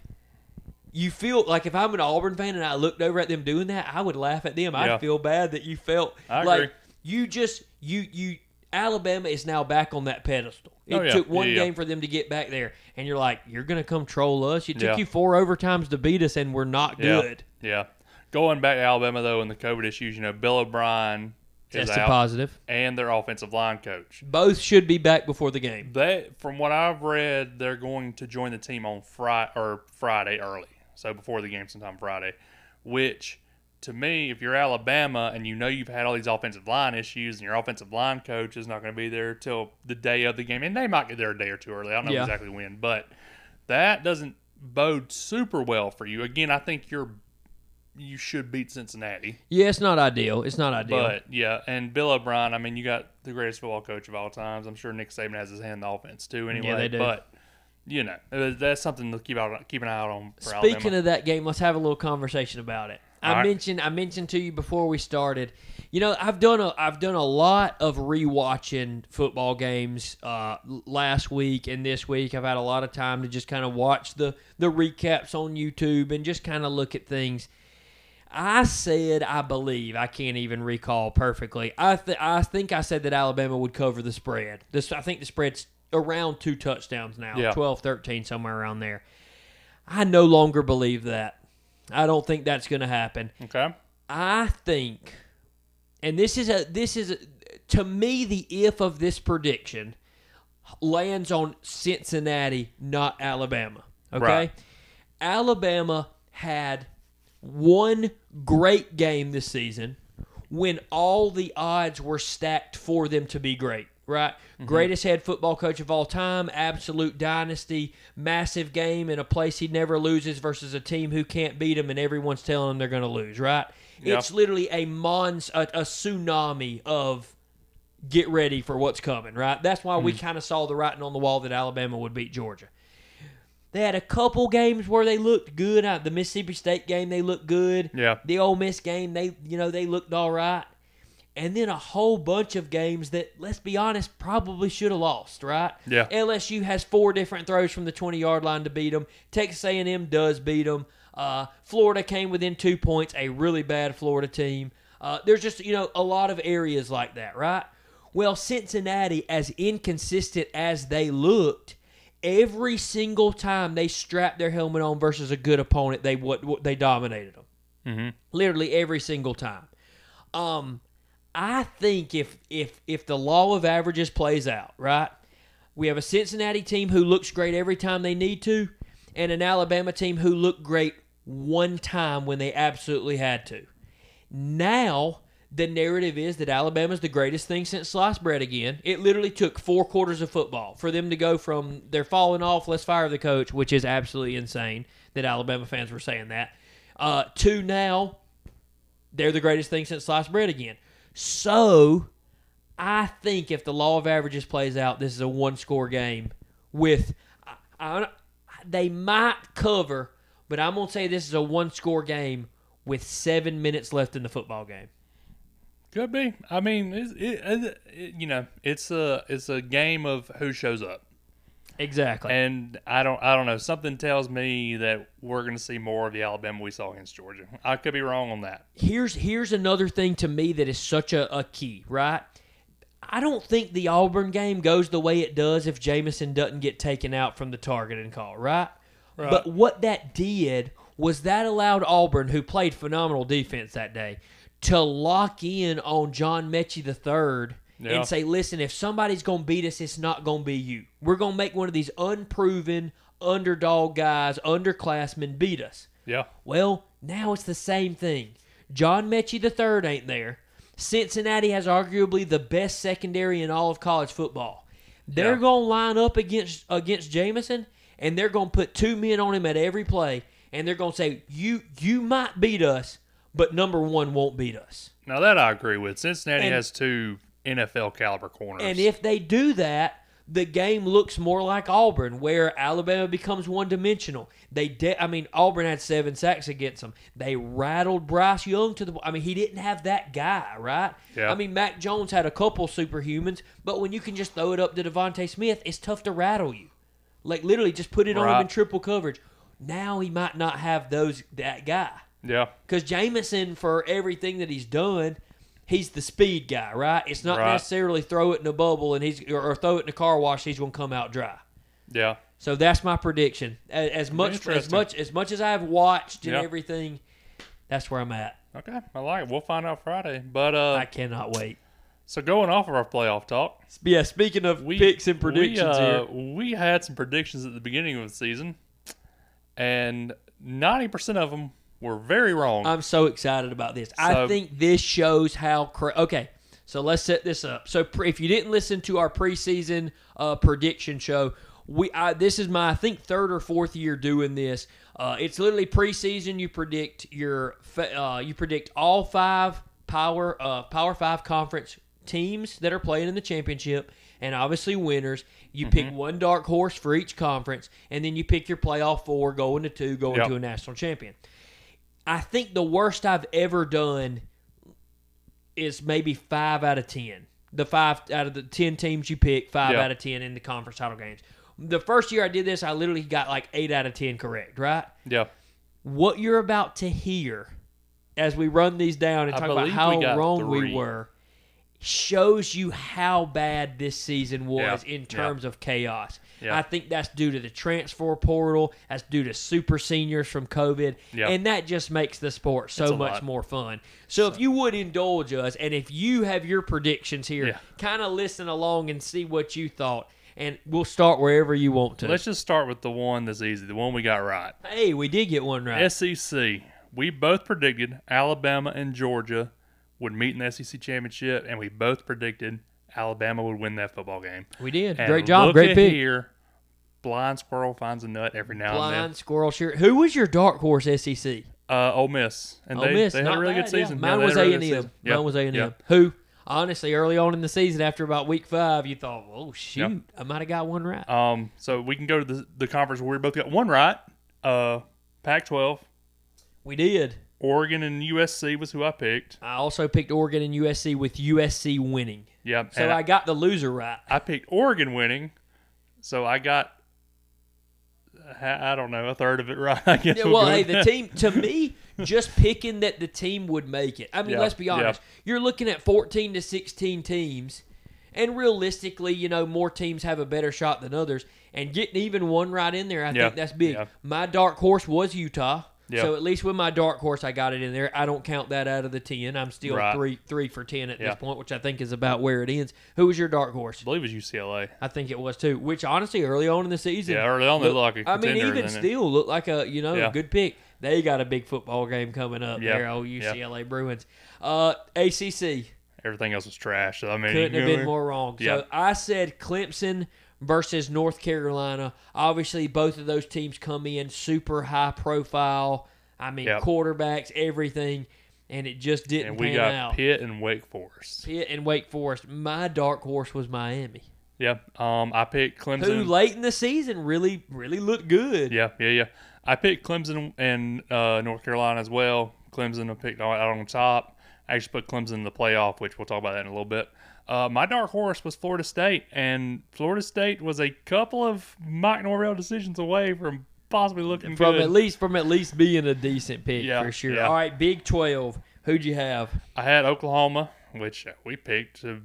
[SPEAKER 1] You feel like if I'm an Auburn fan and I looked over at them doing that, I would laugh at them.
[SPEAKER 2] Yeah.
[SPEAKER 1] I'd feel bad that you felt
[SPEAKER 2] I
[SPEAKER 1] like
[SPEAKER 2] agree.
[SPEAKER 1] you just you you Alabama is now back on that pedestal. It
[SPEAKER 2] Oh, yeah.
[SPEAKER 1] took one
[SPEAKER 2] Yeah, yeah.
[SPEAKER 1] game for them to get back there, and you're like, you're gonna come troll us. It took
[SPEAKER 2] Yeah.
[SPEAKER 1] you four overtimes to beat us, and we're not
[SPEAKER 2] Yeah.
[SPEAKER 1] good.
[SPEAKER 2] Yeah. Going back to Alabama though, and the COVID issues, you know, Bill O'Brien is
[SPEAKER 1] That's a
[SPEAKER 2] out,
[SPEAKER 1] positive.
[SPEAKER 2] and their offensive line coach.
[SPEAKER 1] Both should be back before the game.
[SPEAKER 2] They, from what I've read, they're going to join the team on Friday or Friday early, so before the game, sometime Friday. Which, to me, if you're Alabama and you know you've had all these offensive line issues, and your offensive line coach is not going to be there till the day of the game, and they might get there a day or two early. I don't know
[SPEAKER 1] Yeah.
[SPEAKER 2] exactly when, but that doesn't bode super well for you. Again, I think you're you should beat Cincinnati.
[SPEAKER 1] Yeah, it's not ideal. It's not ideal.
[SPEAKER 2] But yeah, and Bill O'Brien, I mean, you got the greatest football coach of all times. I'm sure Nick Saban has his hand in the offense too. Anyway,
[SPEAKER 1] they do.
[SPEAKER 2] but you know, uh, that's something to keep out keep an eye out on. For
[SPEAKER 1] Speaking
[SPEAKER 2] Alabama.
[SPEAKER 1] of that game, let's have a little conversation about it. I
[SPEAKER 2] All right.
[SPEAKER 1] mentioned I mentioned to you before we started. You know, I've done a I've done a lot of rewatching football games uh, l- last week and this week. I've had a lot of time to just kind of watch the the recaps on YouTube and just kind of look at things. I said I believe I can't even recall perfectly. I th- I think I said that Alabama would cover the spread. This I think the spread's around two touchdowns now,
[SPEAKER 2] Yeah.
[SPEAKER 1] twelve, thirteen, 12, 13, somewhere around there. I no longer believe that. I don't think that's going to happen.
[SPEAKER 2] okay,
[SPEAKER 1] I think, and this is a this is a, to me the if of this prediction lands on Cincinnati, not Alabama. Okay,
[SPEAKER 2] Right.
[SPEAKER 1] Alabama had one great game this season when all the odds were stacked for them to be great. Right, greatest head football coach of all time, absolute dynasty, massive game in a place he never loses versus a team who can't beat him, and everyone's telling him they're going to lose. Right,
[SPEAKER 2] Yeah.
[SPEAKER 1] it's literally a mons a, a tsunami of get ready for what's coming, right? That's why we kind of saw the writing on the wall that Alabama would beat Georgia. They had a couple games where they looked good. Uh, The Mississippi State game, they looked good.
[SPEAKER 2] Yeah.
[SPEAKER 1] The Ole Miss game, they you know they looked all right. And then a whole bunch of games that, let's be honest, probably should have lost, right?
[SPEAKER 2] Yeah.
[SPEAKER 1] LSU has four different throws from the 20 yard line to beat them. Texas A&M does beat them. Uh, Florida came within two points, a really bad Florida team. Uh, there's just you know a lot of areas like that, right? Well, Cincinnati, as inconsistent as they looked, every single time they strapped their helmet on versus a good opponent, they what, what they dominated them. Literally every single time. Um, I think if if if the law of averages plays out, right, we have a Cincinnati team who looks great every time they need to, and an Alabama team who looked great one time when they absolutely had to. Now the narrative is that Alabama's the greatest thing since sliced bread again. It literally took four quarters of football for them to go from they're falling off, let's fire the coach, which is absolutely insane that Alabama fans were saying that, uh, to now they're the greatest thing since sliced bread again. So I think if the law of averages plays out, this is a one score game with I, I, they might cover, but I'm going to say this is a one score game with seven minutes left in the football game.
[SPEAKER 2] could be. I mean, it's, it, it, it, you know, it's a it's a game of who shows up,
[SPEAKER 1] Exactly.
[SPEAKER 2] and I don't I don't know. Something tells me that we're going to see more of the Alabama we saw against Georgia. I could be wrong on that.
[SPEAKER 1] here's here's another thing to me that is such a, a key, right? I don't think the Auburn game goes the way it does if Jamison doesn't get taken out from the targeting call, right?
[SPEAKER 2] Right.
[SPEAKER 1] But what that did was that allowed Auburn, who played phenomenal defense that day, to lock in on John Mechie the third
[SPEAKER 2] Yeah.
[SPEAKER 1] and say, listen, if somebody's going to beat us, it's not going to be you. We're going to make one of these unproven underdog guys, underclassmen beat us.
[SPEAKER 2] Yeah,
[SPEAKER 1] Well, now it's the same thing. John Mechie III ain't there. Cincinnati has arguably the best secondary in all of college football. They're
[SPEAKER 2] Yeah.
[SPEAKER 1] gonna line up against against Jamison, and they're gonna put two men on him at every play, and they're gonna say, "You you might beat us, but number one won't beat us."
[SPEAKER 2] now that I agree with. Cincinnati
[SPEAKER 1] And-
[SPEAKER 2] has two NFL caliber corners.
[SPEAKER 1] And if they do that, the game looks more like Auburn, where Alabama becomes one dimensional. They, de- I mean, Auburn had seven sacks against them. They rattled Bryce Young to the. I mean, he didn't have that guy, right?
[SPEAKER 2] Yeah.
[SPEAKER 1] I mean, Mac Jones had a couple superhumans, but when you can just throw it up to Devontae Smith, it's tough to rattle you. Like literally, just put it on him in
[SPEAKER 2] Right.
[SPEAKER 1] triple coverage. Now he might not have those that guy
[SPEAKER 2] yeah,
[SPEAKER 1] because Jamison, for everything that he's done, he's the speed guy, right? It's not
[SPEAKER 2] Right.
[SPEAKER 1] necessarily throw it in a bubble and he's or, or throw it in a car wash. He's gonna come out dry.
[SPEAKER 2] Yeah.
[SPEAKER 1] So that's my prediction. As, as much as
[SPEAKER 2] Interesting.
[SPEAKER 1] much as much as I've watched and
[SPEAKER 2] Yeah.
[SPEAKER 1] everything, that's where I'm at.
[SPEAKER 2] Okay. I like it. We'll find out Friday. But uh,
[SPEAKER 1] I cannot wait.
[SPEAKER 2] so going off of our playoff talk,
[SPEAKER 1] Yeah, speaking of
[SPEAKER 2] we
[SPEAKER 1] picks and predictions
[SPEAKER 2] We, uh,
[SPEAKER 1] here,
[SPEAKER 2] we had some predictions at the beginning of the season, and ninety percent of them were very wrong.
[SPEAKER 1] I'm so excited about this. I
[SPEAKER 2] So-
[SPEAKER 1] think this shows how. Cra- okay, so let's set this up. So pre- if you didn't listen to our preseason uh, prediction show, we I, this is my I think third or fourth year doing this. Uh, it's literally preseason. You predict your fa- uh, you predict all five power uh, power five conference teams that are playing in the championship and obviously winners
[SPEAKER 2] Mm-hmm.
[SPEAKER 1] you pick one dark horse for each conference and then you pick your playoff four going to two going
[SPEAKER 2] Yep.
[SPEAKER 1] to a national champion I think the worst I've ever done is maybe five out of ten. The five out of the ten teams you pick, five
[SPEAKER 2] Yeah.
[SPEAKER 1] out of ten in the conference title games. The first year I did this, I literally got like eight out of ten correct, right?
[SPEAKER 2] yeah.
[SPEAKER 1] What you're about to hear as we run these down and
[SPEAKER 2] I
[SPEAKER 1] talk about
[SPEAKER 2] believe
[SPEAKER 1] how
[SPEAKER 2] we got
[SPEAKER 1] wrong we
[SPEAKER 2] three.
[SPEAKER 1] were shows you how bad this season was
[SPEAKER 2] Yeah.
[SPEAKER 1] in
[SPEAKER 2] Yeah.
[SPEAKER 1] terms of chaos.
[SPEAKER 2] Yeah.
[SPEAKER 1] I think that's due to the transfer portal, that's due to super seniors from COVID,
[SPEAKER 2] Yeah.
[SPEAKER 1] and that just makes the sport so
[SPEAKER 2] It's a
[SPEAKER 1] much
[SPEAKER 2] lot.
[SPEAKER 1] more fun. So, if you would indulge us and if you have your predictions here,
[SPEAKER 2] Yeah.
[SPEAKER 1] kind of listen along and see what you thought and we'll start wherever you want to.
[SPEAKER 2] Let's just start with the one that's easy, the one we got right.
[SPEAKER 1] hey, we did get one right.
[SPEAKER 2] SEC. We both predicted Alabama and Georgia would meet in the SEC championship, and we both predicted Alabama would win that football game.
[SPEAKER 1] we did.
[SPEAKER 2] And
[SPEAKER 1] Great job,
[SPEAKER 2] look
[SPEAKER 1] great
[SPEAKER 2] at
[SPEAKER 1] pick.
[SPEAKER 2] Here, blind squirrel finds a nut every now and
[SPEAKER 1] Blind squirrel shirt. Who was your dark horse SEC?
[SPEAKER 2] then. Uh, Ole Miss, and
[SPEAKER 1] Ole
[SPEAKER 2] they,
[SPEAKER 1] Miss.
[SPEAKER 2] they had
[SPEAKER 1] not
[SPEAKER 2] a really
[SPEAKER 1] bad,
[SPEAKER 2] good
[SPEAKER 1] yeah.
[SPEAKER 2] season.
[SPEAKER 1] Mine
[SPEAKER 2] Yeah,
[SPEAKER 1] was
[SPEAKER 2] they had
[SPEAKER 1] A
[SPEAKER 2] a
[SPEAKER 1] and
[SPEAKER 2] really good
[SPEAKER 1] M.
[SPEAKER 2] season. Yeah,
[SPEAKER 1] Mine was A and
[SPEAKER 2] yeah.
[SPEAKER 1] M. Who, honestly, early on in the season, after about week five, you thought, "Oh shoot, I might have got one right."
[SPEAKER 2] Um, so we can go to the, the conference where we both got one right. Uh, Pac-12,
[SPEAKER 1] we did.
[SPEAKER 2] Oregon and USC was who I picked.
[SPEAKER 1] I also picked Oregon and USC with USC winning,
[SPEAKER 2] Yep.
[SPEAKER 1] so
[SPEAKER 2] and
[SPEAKER 1] I got the loser right.
[SPEAKER 2] I picked Oregon winning, so I got uh, I I don't know a third of it right. I guess.
[SPEAKER 1] Yeah,
[SPEAKER 2] we'll
[SPEAKER 1] well,
[SPEAKER 2] go
[SPEAKER 1] hey,
[SPEAKER 2] with
[SPEAKER 1] the
[SPEAKER 2] that.
[SPEAKER 1] team to me, just picking that the team would make it. I mean,
[SPEAKER 2] Yeah,
[SPEAKER 1] let's be
[SPEAKER 2] yeah.
[SPEAKER 1] honest. You're looking at 14 to 16 teams, and realistically, you know, more teams have a better shot than others. And getting even one right in there, I
[SPEAKER 2] Yeah,
[SPEAKER 1] think that's big.
[SPEAKER 2] yeah.
[SPEAKER 1] My dark horse was Utah.
[SPEAKER 2] Yeah.
[SPEAKER 1] So at least with my dark horse, I got it in there. I don't count that out of the ten. I'm still
[SPEAKER 2] Right.
[SPEAKER 1] three three for ten at
[SPEAKER 2] Yeah.
[SPEAKER 1] this point, which I think is about where it ends. Who was your dark horse?
[SPEAKER 2] I believe it was UCLA.
[SPEAKER 1] I think it was too. Which honestly, early on in the season,
[SPEAKER 2] Yeah, early on they
[SPEAKER 1] looked-
[SPEAKER 2] looked like a
[SPEAKER 1] I mean,
[SPEAKER 2] contender,
[SPEAKER 1] even
[SPEAKER 2] didn't they?
[SPEAKER 1] still, looked like a you know
[SPEAKER 2] Yeah.
[SPEAKER 1] good pick. They got a big football game coming up
[SPEAKER 2] Yeah,
[SPEAKER 1] there. Oh,
[SPEAKER 2] yeah.
[SPEAKER 1] UCLA Bruins, uh, ACC
[SPEAKER 2] Everything else was trash. So, I mean,
[SPEAKER 1] couldn't
[SPEAKER 2] you
[SPEAKER 1] have
[SPEAKER 2] know,
[SPEAKER 1] been more wrong.
[SPEAKER 2] Yeah.
[SPEAKER 1] So I said Clemson versus North Carolina. Obviously, both of those teams come in super high profile. I mean,
[SPEAKER 2] Yep.
[SPEAKER 1] quarterbacks, everything, and it just didn't
[SPEAKER 2] And we
[SPEAKER 1] pan
[SPEAKER 2] got
[SPEAKER 1] out.
[SPEAKER 2] Pitt and Wake Forest.
[SPEAKER 1] Pitt and Wake Forest. My dark horse was Miami.
[SPEAKER 2] Yeah. Um, I picked Clemson.
[SPEAKER 1] who late in the season really really looked good.
[SPEAKER 2] Yeah, yeah, yeah. I picked Clemson and uh, North Carolina as well. Clemson I picked out out on top. I actually put Clemson in the playoff, which we'll talk about that in a little bit. Uh, my dark horse was Florida State, and Florida State was a couple of Mike Norvell decisions away from possibly looking
[SPEAKER 1] From
[SPEAKER 2] good.
[SPEAKER 1] at least from at least being a decent pick
[SPEAKER 2] Yeah,
[SPEAKER 1] for sure.
[SPEAKER 2] yeah.
[SPEAKER 1] All right, Big Twelve. Who'd you have?
[SPEAKER 2] I had Oklahoma, which we picked to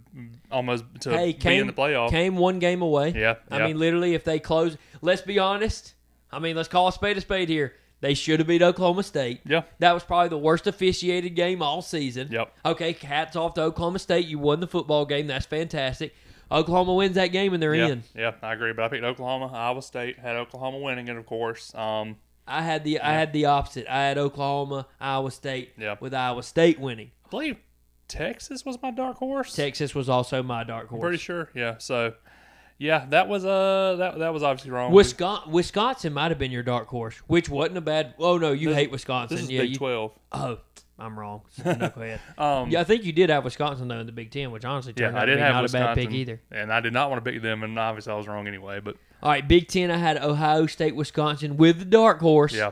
[SPEAKER 2] almost to
[SPEAKER 1] hey,
[SPEAKER 2] be
[SPEAKER 1] came
[SPEAKER 2] in the playoff.
[SPEAKER 1] Came one game away.
[SPEAKER 2] Yeah,
[SPEAKER 1] I
[SPEAKER 2] yeah.
[SPEAKER 1] mean, literally, if they close, let's be honest. I mean, let's call a spade a spade here. They should have beat Oklahoma State.
[SPEAKER 2] Yeah.
[SPEAKER 1] That was probably the worst officiated game all season.
[SPEAKER 2] Yep.
[SPEAKER 1] Okay, hats off to Oklahoma State. You won the football game. That's fantastic. Oklahoma wins that game and they're
[SPEAKER 2] yeah,
[SPEAKER 1] in.
[SPEAKER 2] yeah, I agree. But I picked Oklahoma, Iowa State had Oklahoma winning it, of course. Um,
[SPEAKER 1] I had the I had the opposite. I had Oklahoma, Iowa State
[SPEAKER 2] Yeah.
[SPEAKER 1] with Iowa State winning.
[SPEAKER 2] I believe Texas was my dark horse.
[SPEAKER 1] Texas was also my dark horse.
[SPEAKER 2] Pretty sure, yeah. So, yeah, that was uh that that was obviously wrong.
[SPEAKER 1] Wisconsin, Wisconsin might have been your dark horse, which wasn't a bad. Oh no, you hate Wisconsin.
[SPEAKER 2] this is
[SPEAKER 1] yeah,
[SPEAKER 2] Big
[SPEAKER 1] you,
[SPEAKER 2] Twelve.
[SPEAKER 1] oh, I'm wrong. Knucklehead.
[SPEAKER 2] Um,
[SPEAKER 1] yeah, I think you did have Wisconsin though in the Big Ten, which honestly
[SPEAKER 2] yeah,
[SPEAKER 1] turned
[SPEAKER 2] I
[SPEAKER 1] out to
[SPEAKER 2] did
[SPEAKER 1] be
[SPEAKER 2] have
[SPEAKER 1] not
[SPEAKER 2] Wisconsin,
[SPEAKER 1] a bad pick either.
[SPEAKER 2] and I did not want to pick them, and obviously I was wrong anyway. But
[SPEAKER 1] All right, Big Ten, I had Ohio State, Wisconsin with the dark horse
[SPEAKER 2] yeah,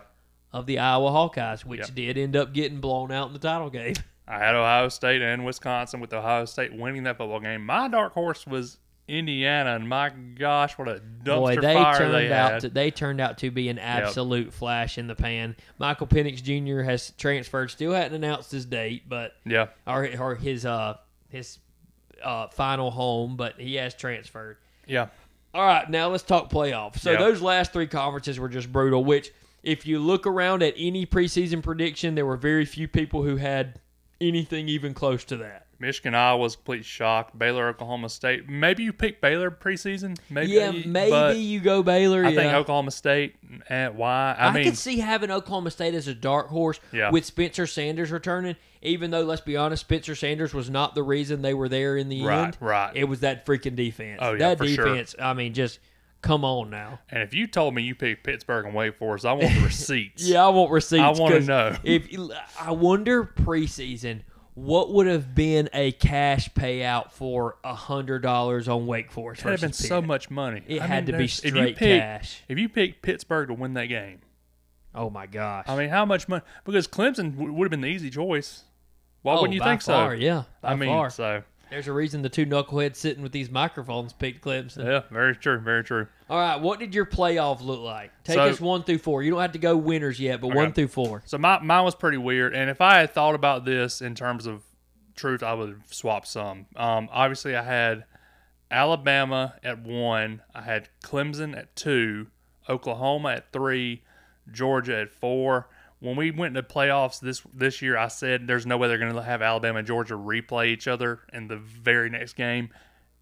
[SPEAKER 1] of the Iowa Hawkeyes, which
[SPEAKER 2] Yeah.
[SPEAKER 1] did end up getting blown out in the title game.
[SPEAKER 2] I had Ohio State and Wisconsin with Ohio State winning that football game. My dark horse was Indiana, and my gosh, what a dumpster
[SPEAKER 1] Boy, they
[SPEAKER 2] fire
[SPEAKER 1] turned
[SPEAKER 2] they
[SPEAKER 1] out
[SPEAKER 2] had.
[SPEAKER 1] to they turned out to be an absolute flash in the pan. Michael Penix Jr. has transferred, still hadn't announced his date, but
[SPEAKER 2] yeah,
[SPEAKER 1] or, or his uh his uh final home, but he has transferred.
[SPEAKER 2] yeah,
[SPEAKER 1] All right, now let's talk playoffs. So
[SPEAKER 2] Yeah.
[SPEAKER 1] those last three conferences were just brutal. Which, if you look around at any preseason prediction, there were very few people who had anything even close to that.
[SPEAKER 2] Michigan, Iowa was a complete shock. Baylor, Oklahoma State. Maybe you pick Baylor preseason. Maybe,
[SPEAKER 1] yeah,
[SPEAKER 2] but
[SPEAKER 1] maybe you go Baylor.
[SPEAKER 2] I
[SPEAKER 1] yeah.
[SPEAKER 2] think Oklahoma State. And why? I,
[SPEAKER 1] I,
[SPEAKER 2] mean,
[SPEAKER 1] could see having Oklahoma State as a dark horse
[SPEAKER 2] Yeah.
[SPEAKER 1] with Spencer Sanders returning, even though let's be honest, Spencer Sanders was not the reason they were there in the
[SPEAKER 2] Right,
[SPEAKER 1] end.
[SPEAKER 2] right.
[SPEAKER 1] It was that freaking defense.
[SPEAKER 2] Oh, yeah,
[SPEAKER 1] that
[SPEAKER 2] for sure.
[SPEAKER 1] defense. I mean, just come on now.
[SPEAKER 2] and if you told me you picked Pittsburgh and Wake Forest, I want the receipts.
[SPEAKER 1] Yeah, I want receipts.
[SPEAKER 2] I wanna
[SPEAKER 1] 'cause
[SPEAKER 2] know.
[SPEAKER 1] If you- I wonder preseason, what would have been a cash payout for hundred dollars on Wake Forest?
[SPEAKER 2] That'd have been
[SPEAKER 1] versus
[SPEAKER 2] so
[SPEAKER 1] Pitt?
[SPEAKER 2] much money.
[SPEAKER 1] It had to be
[SPEAKER 2] there's- if you
[SPEAKER 1] straight
[SPEAKER 2] pick-
[SPEAKER 1] cash.
[SPEAKER 2] If you pick Pittsburgh to win that game,
[SPEAKER 1] Oh my gosh!
[SPEAKER 2] I mean, how much money? Because Clemson w- would have been the easy choice. Why
[SPEAKER 1] oh,
[SPEAKER 2] wouldn't you
[SPEAKER 1] by
[SPEAKER 2] think
[SPEAKER 1] far,
[SPEAKER 2] so?
[SPEAKER 1] Yeah, by
[SPEAKER 2] I mean,
[SPEAKER 1] far.
[SPEAKER 2] so
[SPEAKER 1] There's a reason the two knuckleheads sitting with these microphones picked Clemson.
[SPEAKER 2] yeah, very true, very true.
[SPEAKER 1] All right, what did your playoff look like? Take
[SPEAKER 2] So-
[SPEAKER 1] us one through four. You don't have to go winners yet, but one through four.
[SPEAKER 2] So my mine was pretty weird, and if I had thought about this in terms of truth, I would have swapped some. Um, obviously, I had Alabama at one, I had Clemson at two, Oklahoma at three, Georgia at four. When we went to playoffs this this year, I said there's no way they're going to have Alabama and Georgia replay each other in the very next game.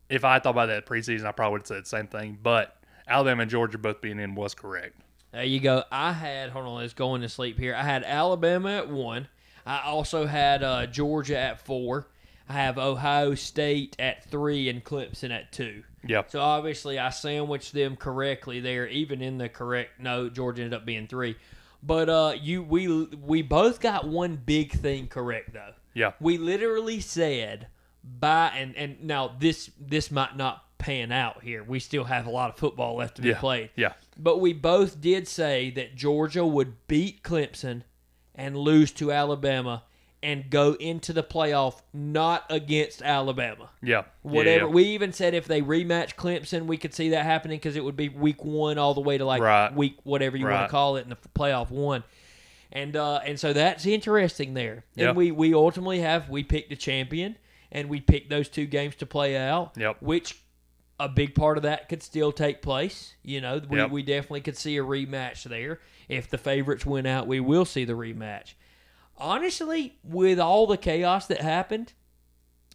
[SPEAKER 2] If I had thought about that preseason, I probably would have said the same thing. But Alabama and Georgia both being in was correct.
[SPEAKER 1] There you go. I had hold on, it's going to sleep here. I had Alabama at one. I also had uh, Georgia at four. I have Ohio State at three and Clemson at two.
[SPEAKER 2] Yeah,
[SPEAKER 1] So obviously, I sandwiched them correctly there, even in the correct note. Georgia ended up being three, but uh, you we we both got one big thing correct though.
[SPEAKER 2] yeah,
[SPEAKER 1] We literally said by and and now this this might not pan out here. We still have a lot of football left to be
[SPEAKER 2] yeah,
[SPEAKER 1] played.
[SPEAKER 2] yeah.
[SPEAKER 1] But we both did say that Georgia would beat Clemson and lose to Alabama and go into the playoff not against Alabama.
[SPEAKER 2] Yeah. Yeah,
[SPEAKER 1] Whatever.
[SPEAKER 2] yeah.
[SPEAKER 1] We even said if they rematch Clemson, we could see that happening because it would be week one all the way to like
[SPEAKER 2] Right.
[SPEAKER 1] week whatever you want
[SPEAKER 2] Right.
[SPEAKER 1] to call it in the playoff one. And uh, and so that's interesting there.
[SPEAKER 2] Yeah.
[SPEAKER 1] And we, we ultimately have we picked a champion and we picked those two games to play out.
[SPEAKER 2] Yep.
[SPEAKER 1] Which a big part of that could still take place. You know, we,
[SPEAKER 2] Yep.
[SPEAKER 1] we definitely could see a rematch there. If the favorites win out, we will see the rematch. Honestly, with all the chaos that happened,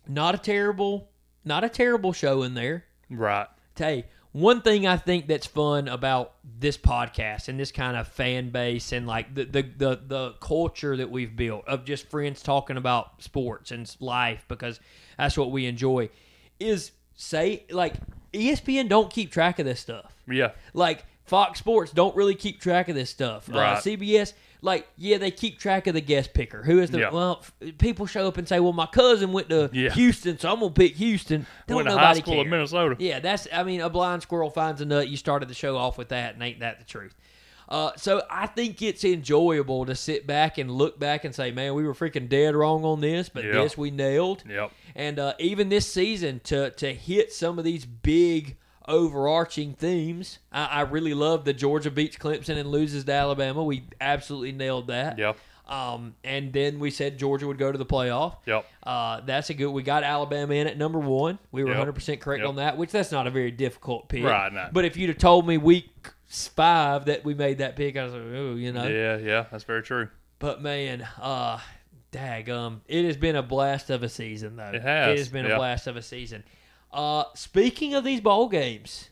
[SPEAKER 1] not a terrible not a terrible show in there.
[SPEAKER 2] Right.
[SPEAKER 1] Hey, one thing I think that's fun about this podcast and this kind of fan base and like the, the the the culture that we've built of just friends talking about sports and life because that's what we enjoy is say like E ESPN don't keep track of this stuff.
[SPEAKER 2] Yeah.
[SPEAKER 1] Like Fox Sports don't really keep track of this stuff. Uh,
[SPEAKER 2] Right.
[SPEAKER 1] CBS, like yeah, they keep track of the guest picker. Who is the
[SPEAKER 2] Yeah.
[SPEAKER 1] well? f- People show up and say, well, my cousin went to
[SPEAKER 2] Yeah.
[SPEAKER 1] Houston, so I'm gonna pick Houston. Don't
[SPEAKER 2] Went to
[SPEAKER 1] nobody
[SPEAKER 2] high school
[SPEAKER 1] care.
[SPEAKER 2] in Minnesota.
[SPEAKER 1] Yeah, that's. I mean, a blind squirrel finds a nut. You started the show off with that, and ain't that the truth? Uh, so I think it's enjoyable to sit back and look back and say, man, we were freaking dead wrong on this, but
[SPEAKER 2] Yeah.
[SPEAKER 1] this we nailed.
[SPEAKER 2] Yep.
[SPEAKER 1] And uh, even this season, to to hit some of these big overarching themes, I, I really love the Georgia beats Clemson and loses to Alabama. We absolutely nailed that.
[SPEAKER 2] Yep.
[SPEAKER 1] Um, and then we said Georgia would go to the playoff.
[SPEAKER 2] Yep.
[SPEAKER 1] Uh, that's a good. We got Alabama in at number one. We were
[SPEAKER 2] Yep.
[SPEAKER 1] 100 percent correct
[SPEAKER 2] Yep.
[SPEAKER 1] on that, which that's not a very difficult pick.
[SPEAKER 2] Right, no.
[SPEAKER 1] But if you'd have told me week five that we made that pick, I was like, oh, you know.
[SPEAKER 2] Yeah. Yeah. That's very true.
[SPEAKER 1] But man, uh, daggum, it has been a blast of a season, though.
[SPEAKER 2] It has,
[SPEAKER 1] It has been a
[SPEAKER 2] yeah.
[SPEAKER 1] blast of a season. Uh, speaking of these bowl games,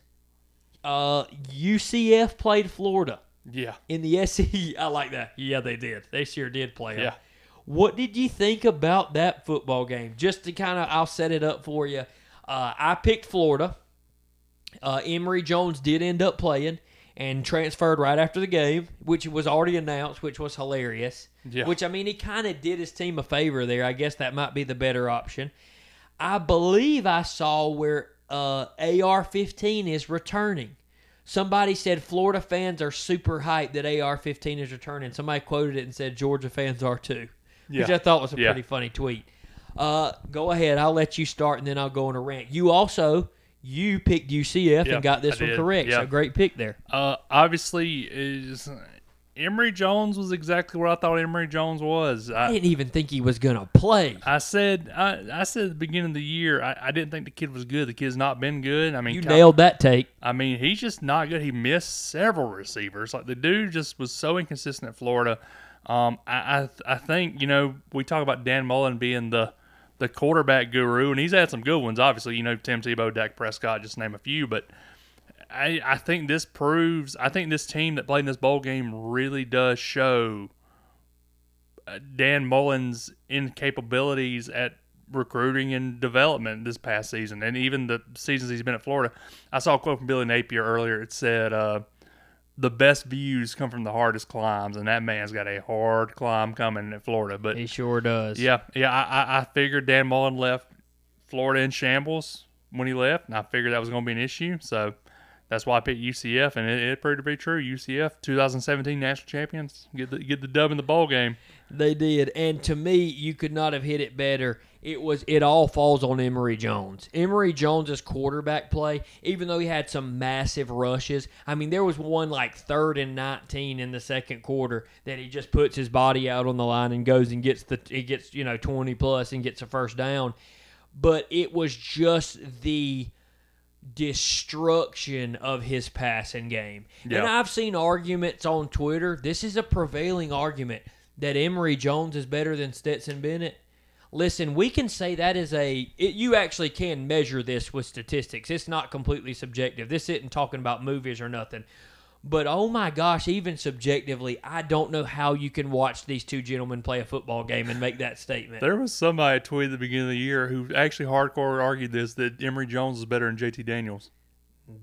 [SPEAKER 1] uh, UCF played Florida
[SPEAKER 2] Yeah.
[SPEAKER 1] in the SEC. I like that. Yeah, they did. They sure did play 'em.
[SPEAKER 2] Yeah.
[SPEAKER 1] What did you think about that football game? Just to kind of, I'll set it up for you. Uh, I picked Florida. Uh, Emory Jones did end up playing and transferred right after the game, which was already announced, which was hilarious.
[SPEAKER 2] Yeah.
[SPEAKER 1] Which I mean, he kind of did his team a favor there. I guess that might be the better option. I believe I saw where uh, AR-15 is returning. Somebody said Florida fans are super hyped that AR-15 is returning. Somebody quoted it and said Georgia fans are too, which
[SPEAKER 2] Yeah.
[SPEAKER 1] I thought was a
[SPEAKER 2] Yeah.
[SPEAKER 1] pretty funny tweet. Uh, go ahead, I'll let you start and then I'll go on a rant. You also You picked UCF
[SPEAKER 2] Yep,
[SPEAKER 1] and got this
[SPEAKER 2] I
[SPEAKER 1] one
[SPEAKER 2] did.
[SPEAKER 1] correct. So
[SPEAKER 2] Yep.
[SPEAKER 1] great pick there.
[SPEAKER 2] Uh, obviously, is Emory Jones was exactly what I thought Emory Jones was.
[SPEAKER 1] I
[SPEAKER 2] I,
[SPEAKER 1] didn't even think he was gonna play.
[SPEAKER 2] I said, I, I said at the beginning of the year, I, I didn't think the kid was good. The kid's not been good. I mean,
[SPEAKER 1] You
[SPEAKER 2] Ky-
[SPEAKER 1] nailed that take.
[SPEAKER 2] I mean, he's just not good. He missed several receivers. Like the dude just was so inconsistent at Florida. Um, I, I I think you know we talk about Dan Mullen being the the quarterback guru, and he's had some good ones. Obviously, you know Tim Tebow, Dak Prescott, just to name a few. But I I think this proves. I think this team that played in this bowl game really does show uh, Dan Mullen's incapabilities at recruiting and development this past season, and even the seasons he's been at Florida. I saw a quote from Billy Napier earlier. It said, uh, "The best views come from the hardest climbs," and that man's got a hard climb coming at Florida. But
[SPEAKER 1] He sure does.
[SPEAKER 2] yeah, yeah, I, I, I figured Dan Mullen left Florida in shambles when he left, and I figured that was going to be an issue. So. That's why I picked UCF, and it, it proved to be true. UCF, 2017 national champions, get the get the dub in the bowl game.
[SPEAKER 1] They did, and to me, you could not have hit it better. It was it all falls on Emory Jones. Emory Jones's quarterback play, even though he had some massive rushes. I mean, there was one like third and nineteen in the second quarter that he just puts his body out on the line and goes and gets the he gets you know twenty plus and gets a first down. But it was just the destruction of his passing game. And
[SPEAKER 2] Yeah.
[SPEAKER 1] I've seen arguments on Twitter. This is a prevailing argument that Emory Jones is better than Stetson Bennett. Listen, we can say that is a it, you actually can measure this with statistics. It's not completely subjective. This isn't talking about movies or nothing. But oh my gosh, even subjectively, I don't know how you can watch these two gentlemen play a football game and make that statement.
[SPEAKER 2] There was somebody that tweeted at the beginning of the year who actually hardcore argued this that Emory Jones is better than JT Daniels.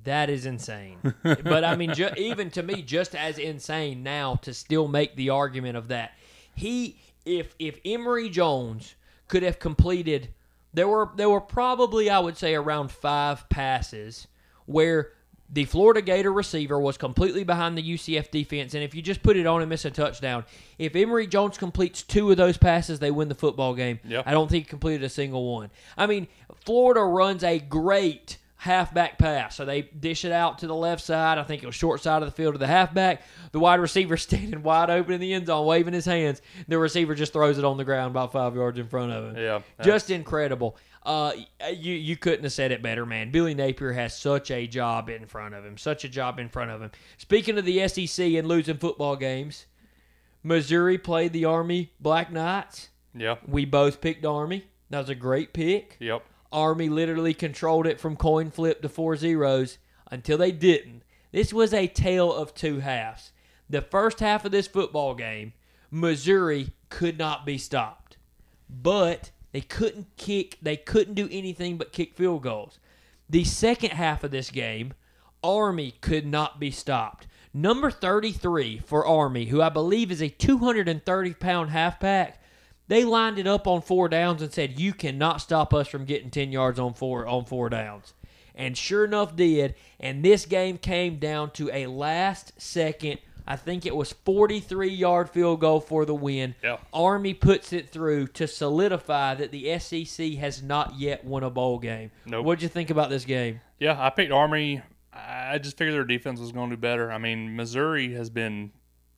[SPEAKER 1] That is insane. but I mean, ju- even to me, just as insane now to still make the argument of that. He, if if Emory Jones could have completed, there were there were probably I would say around five passes where the Florida Gator receiver was completely behind the UCF defense, and if you just put it on and miss a touchdown, if Emory Jones completes two of those passes, they win the football game.
[SPEAKER 2] Yeah.
[SPEAKER 1] I don't think he completed a single one. I mean, Florida runs a great halfback pass. So they dish it out to the left side. I think it was short side of the field to the halfback. The wide receiver standing wide open in the end zone, waving his hands. The receiver just throws it on the ground about five yards in front of him.
[SPEAKER 2] Yeah, that's-
[SPEAKER 1] Just incredible. Uh, you you couldn't have said it better, man. Billy Napier has such a job in front of him, such a job in front of him. Speaking of the SEC and losing football games, Missouri played the Army Black Knights.
[SPEAKER 2] Yep.
[SPEAKER 1] We both picked Army. That was a great pick.
[SPEAKER 2] Yep.
[SPEAKER 1] Army literally controlled it from coin flip to four zeros until they didn't. This was a tale of two halves. The first half of this football game, Missouri could not be stopped. But they couldn't kick, they couldn't do anything but kick field goals. The second half of this game, Army could not be stopped. Number 33 for Army, who I believe is a 230 pound halfback, they lined it up on four downs and said, "You cannot stop us from getting ten yards on four on four downs," and sure enough did. And this game came down to a last second. I think it was 43 yard field goal for the win.
[SPEAKER 2] Yeah.
[SPEAKER 1] Army puts it through to solidify that the SEC has not yet won a bowl game.
[SPEAKER 2] Nope.
[SPEAKER 1] What'd you think about this game?
[SPEAKER 2] Yeah, I picked Army. I I just figured their defense was going to do better. I mean, Missouri has been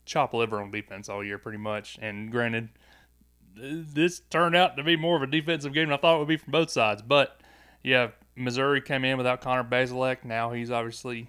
[SPEAKER 2] chop liver on defense all year, pretty much. And granted, th- this turned out to be more of a defensive game than I thought it would be from both sides. But yeah, Missouri came in without Connor Bazelak. Now he's obviously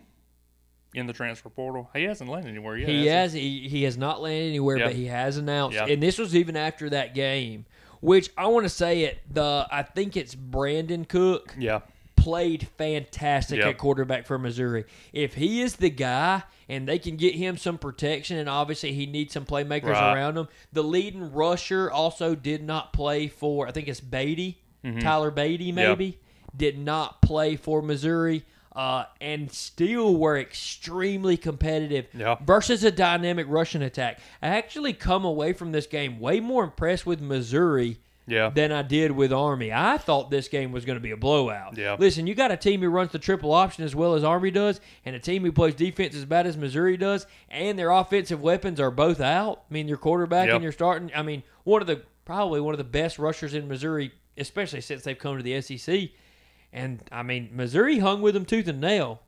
[SPEAKER 2] in the transfer portal. He hasn't landed anywhere yet.
[SPEAKER 1] He has
[SPEAKER 2] has
[SPEAKER 1] he, he has not landed anywhere,
[SPEAKER 2] Yeah.
[SPEAKER 1] but he has announced.
[SPEAKER 2] Yeah.
[SPEAKER 1] And this was even after that game, which I want to say it. The I think it's Brandon Cook
[SPEAKER 2] Yeah.
[SPEAKER 1] played fantastic
[SPEAKER 2] Yeah.
[SPEAKER 1] at quarterback for Missouri. If he is the guy and they can get him some protection, and obviously he needs some playmakers
[SPEAKER 2] Right.
[SPEAKER 1] around him. The leading rusher also did not play for. I think it's Beatty,
[SPEAKER 2] Mm-hmm.
[SPEAKER 1] Tyler Beatty, maybe did not play for Missouri. Uh, and still were extremely competitive
[SPEAKER 2] Yeah.
[SPEAKER 1] versus a dynamic Russian attack. I actually come away from this game way more impressed with Missouri
[SPEAKER 2] Yeah.
[SPEAKER 1] than I did with Army. I thought this game was going to be a blowout.
[SPEAKER 2] Yeah.
[SPEAKER 1] Listen, you got a team who runs the triple option as well as Army does, and a team who plays defense as bad as Missouri does, and their offensive weapons are both out. I mean, your quarterback
[SPEAKER 2] Yep.
[SPEAKER 1] and your starting. I mean, one of the probably one of the best rushers in Missouri, especially since they've come to the SEC. E And I mean, Missouri hung with them tooth and nail.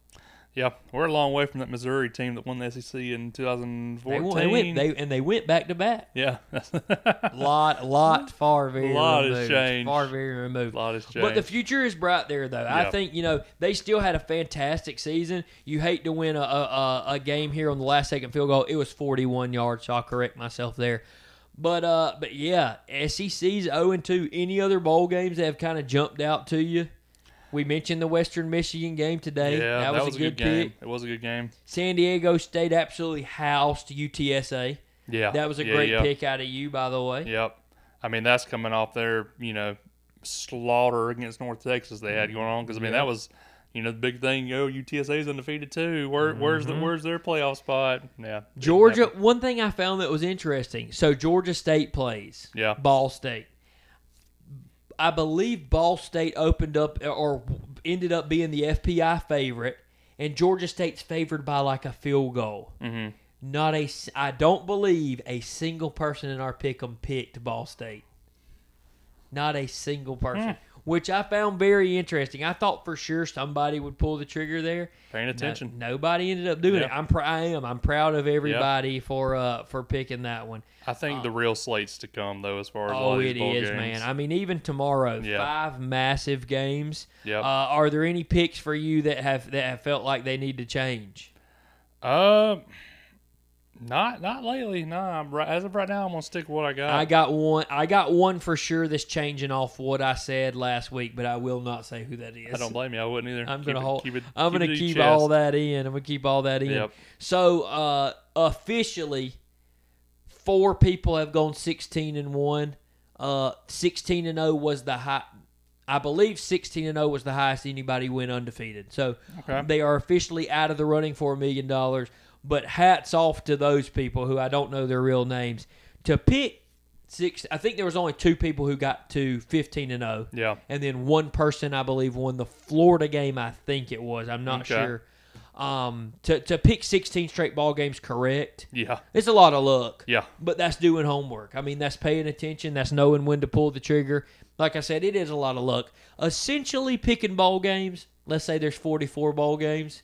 [SPEAKER 2] Yeah, we're a long way from that Missouri team that won the SEC in
[SPEAKER 1] They,
[SPEAKER 2] 2014.
[SPEAKER 1] won- they went, they and they went back to back.
[SPEAKER 2] yeah,
[SPEAKER 1] lot, lot far very
[SPEAKER 2] Lot has
[SPEAKER 1] removed.
[SPEAKER 2] changed.
[SPEAKER 1] Far very removed.
[SPEAKER 2] Lot has
[SPEAKER 1] But the
[SPEAKER 2] changed.
[SPEAKER 1] future is bright there, though. I
[SPEAKER 2] Yeah.
[SPEAKER 1] think you know they still had a fantastic season. You hate to win a, a a- a game here on the last second field goal. It was forty one yards, so I'll correct myself there. But uh, but yeah, SEC's zero oh and two. Any other bowl games that have kind of jumped out to you? We mentioned the Western Michigan game today.
[SPEAKER 2] yeah,
[SPEAKER 1] that, was, a good,
[SPEAKER 2] game.
[SPEAKER 1] pick.
[SPEAKER 2] It was a good game.
[SPEAKER 1] San Diego State absolutely housed UTSA.
[SPEAKER 2] Yeah,
[SPEAKER 1] That was a
[SPEAKER 2] Yeah,
[SPEAKER 1] great
[SPEAKER 2] yeah.
[SPEAKER 1] pick out of you, by the way.
[SPEAKER 2] Yep. I mean, that's coming off their, you know, slaughter against North Texas they had going on. Because, I mean, that was, you know, the big thing. oh, Yo, UTSA's undefeated too. Where, Where's the where's their playoff spot? Yeah. didn't
[SPEAKER 1] Mm-hmm. Georgia.
[SPEAKER 2] happen.
[SPEAKER 1] One thing I found that was interesting. So Georgia State plays.
[SPEAKER 2] Yeah.
[SPEAKER 1] Ball State. I believe Ball State opened up or ended up being the FPI favorite, and Georgia State's favored by like a field goal. Mm-hmm. Not a. s- I don't believe a single person in our pick'em picked Ball State. Not a single
[SPEAKER 2] Hmm.
[SPEAKER 1] person. Which I found very interesting. I thought for sure somebody would pull the trigger there.
[SPEAKER 2] Paying
[SPEAKER 1] No-
[SPEAKER 2] attention.
[SPEAKER 1] nobody ended up doing it.
[SPEAKER 2] Yeah.
[SPEAKER 1] I'm pr- I am. I'm proud of everybody for uh for picking that one.
[SPEAKER 2] I think the real slate's to come, though, as far as all
[SPEAKER 1] Oh,
[SPEAKER 2] these
[SPEAKER 1] it
[SPEAKER 2] bowl
[SPEAKER 1] is, man.
[SPEAKER 2] games.
[SPEAKER 1] I mean, even tomorrow,
[SPEAKER 2] Yeah.
[SPEAKER 1] five massive games.
[SPEAKER 2] Yep.
[SPEAKER 1] Uh, are there any picks for you that have that have felt like they need to change?
[SPEAKER 2] Uh, not not lately. Nah, I'm right, as of right now, I'm gonna stick with what I got.
[SPEAKER 1] I got one. I got one for sure. That's changing off what I said last week, but I will not say who that is.
[SPEAKER 2] I don't blame you. I wouldn't either.
[SPEAKER 1] I'm
[SPEAKER 2] Keep
[SPEAKER 1] gonna
[SPEAKER 2] it-
[SPEAKER 1] hold.
[SPEAKER 2] Keep it,
[SPEAKER 1] I'm
[SPEAKER 2] keep
[SPEAKER 1] gonna
[SPEAKER 2] it to your
[SPEAKER 1] keep
[SPEAKER 2] chest.
[SPEAKER 1] all that in. I'm gonna keep all that in.
[SPEAKER 2] Yep.
[SPEAKER 1] So uh, officially, four people have gone 16 and one. Uh, 16 and 0 was the high. I believe 16 and 0 was the highest anybody went undefeated. So
[SPEAKER 2] Okay.
[SPEAKER 1] they are officially out of the running for a million dollars. But hats off to those people who I don't know their real names to pick six. I think there was only two people who got to 15 and oh. 0
[SPEAKER 2] Yeah.
[SPEAKER 1] and then one person I believe won the Florida game. I think it was. I'm not
[SPEAKER 2] Okay.
[SPEAKER 1] sure. Um, to to pick 16 straight ball games correct,
[SPEAKER 2] Yeah.
[SPEAKER 1] it's a lot of luck.
[SPEAKER 2] Yeah.
[SPEAKER 1] But that's doing homework. I mean, that's paying attention. That's knowing when to pull the trigger. Like I said, it is a lot of luck. Essentially, picking ball games. Let's say there's 44 ball games.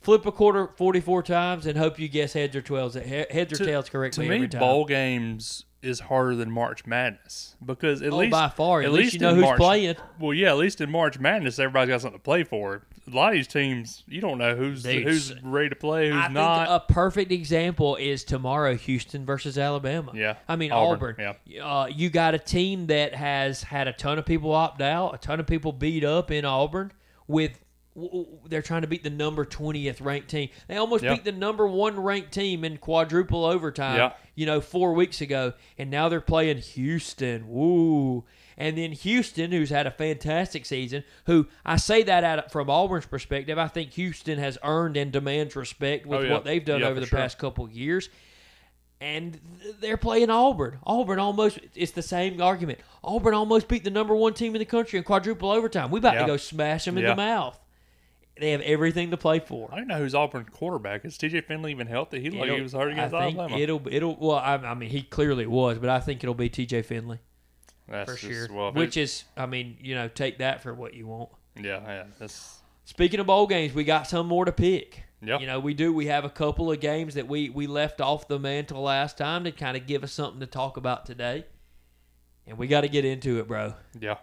[SPEAKER 1] Flip a quarter 44 times and hope you guess heads or tails. he- Heads or tails
[SPEAKER 2] To
[SPEAKER 1] correctly
[SPEAKER 2] me,
[SPEAKER 1] every time.
[SPEAKER 2] bowl games is harder than March Madness because at
[SPEAKER 1] Oh,
[SPEAKER 2] least
[SPEAKER 1] by far. At least you know
[SPEAKER 2] in
[SPEAKER 1] who's
[SPEAKER 2] March-
[SPEAKER 1] playing.
[SPEAKER 2] Well, yeah, at least in March Madness, everybody's got something to play for. A lot of these teams, you don't know who's
[SPEAKER 1] Dude,
[SPEAKER 2] who's ready to play, who's
[SPEAKER 1] I
[SPEAKER 2] not.
[SPEAKER 1] think uh, a perfect example is tomorrow Houston versus Alabama.
[SPEAKER 2] Yeah.
[SPEAKER 1] I mean Auburn.
[SPEAKER 2] Auburn,
[SPEAKER 1] Uh, you got a team that has had a ton of people opt out, a ton of people beat up in Auburn with w- w- they're trying to beat the number 20th ranked team. They almost
[SPEAKER 2] Yeah.
[SPEAKER 1] beat the number 1 ranked team in quadruple overtime,
[SPEAKER 2] Yeah.
[SPEAKER 1] you know, 4 weeks ago, and now they're playing Houston. Woo. And then Houston, who's had a fantastic season, who I say that out from Auburn's perspective, I think Houston has earned and demands respect with
[SPEAKER 2] Oh, yeah.
[SPEAKER 1] what they've done
[SPEAKER 2] Yeah,
[SPEAKER 1] over
[SPEAKER 2] for
[SPEAKER 1] the
[SPEAKER 2] sure.
[SPEAKER 1] past couple of years. And th- they're playing Auburn. Auburn almost, it's the same argument. Auburn almost beat the number one team in the country in quadruple overtime. We about to
[SPEAKER 2] Yeah.
[SPEAKER 1] go smash them in the
[SPEAKER 2] Yeah.
[SPEAKER 1] mouth. They have everything to play for.
[SPEAKER 2] I don't know who's Auburn quarterback. Is TJ Finley even healthy? He looked like he
[SPEAKER 1] It'll-
[SPEAKER 2] was hurt against
[SPEAKER 1] I think
[SPEAKER 2] Alabama.
[SPEAKER 1] It'll, it'll, well, I, I mean, he clearly was, but I think it'll be TJ Finley
[SPEAKER 2] That's
[SPEAKER 1] for sure.
[SPEAKER 2] just- well, if
[SPEAKER 1] Which
[SPEAKER 2] it-
[SPEAKER 1] is, I mean, you know, take that for what you want.
[SPEAKER 2] yeah, yeah, that's
[SPEAKER 1] Speaking of bowl games, we got some more to pick.
[SPEAKER 2] Yeah.
[SPEAKER 1] You know, we do. We have a couple of games that we we left off the mantle last time to kind of give us something to talk about today. And we got to get into it, bro.
[SPEAKER 2] yeah.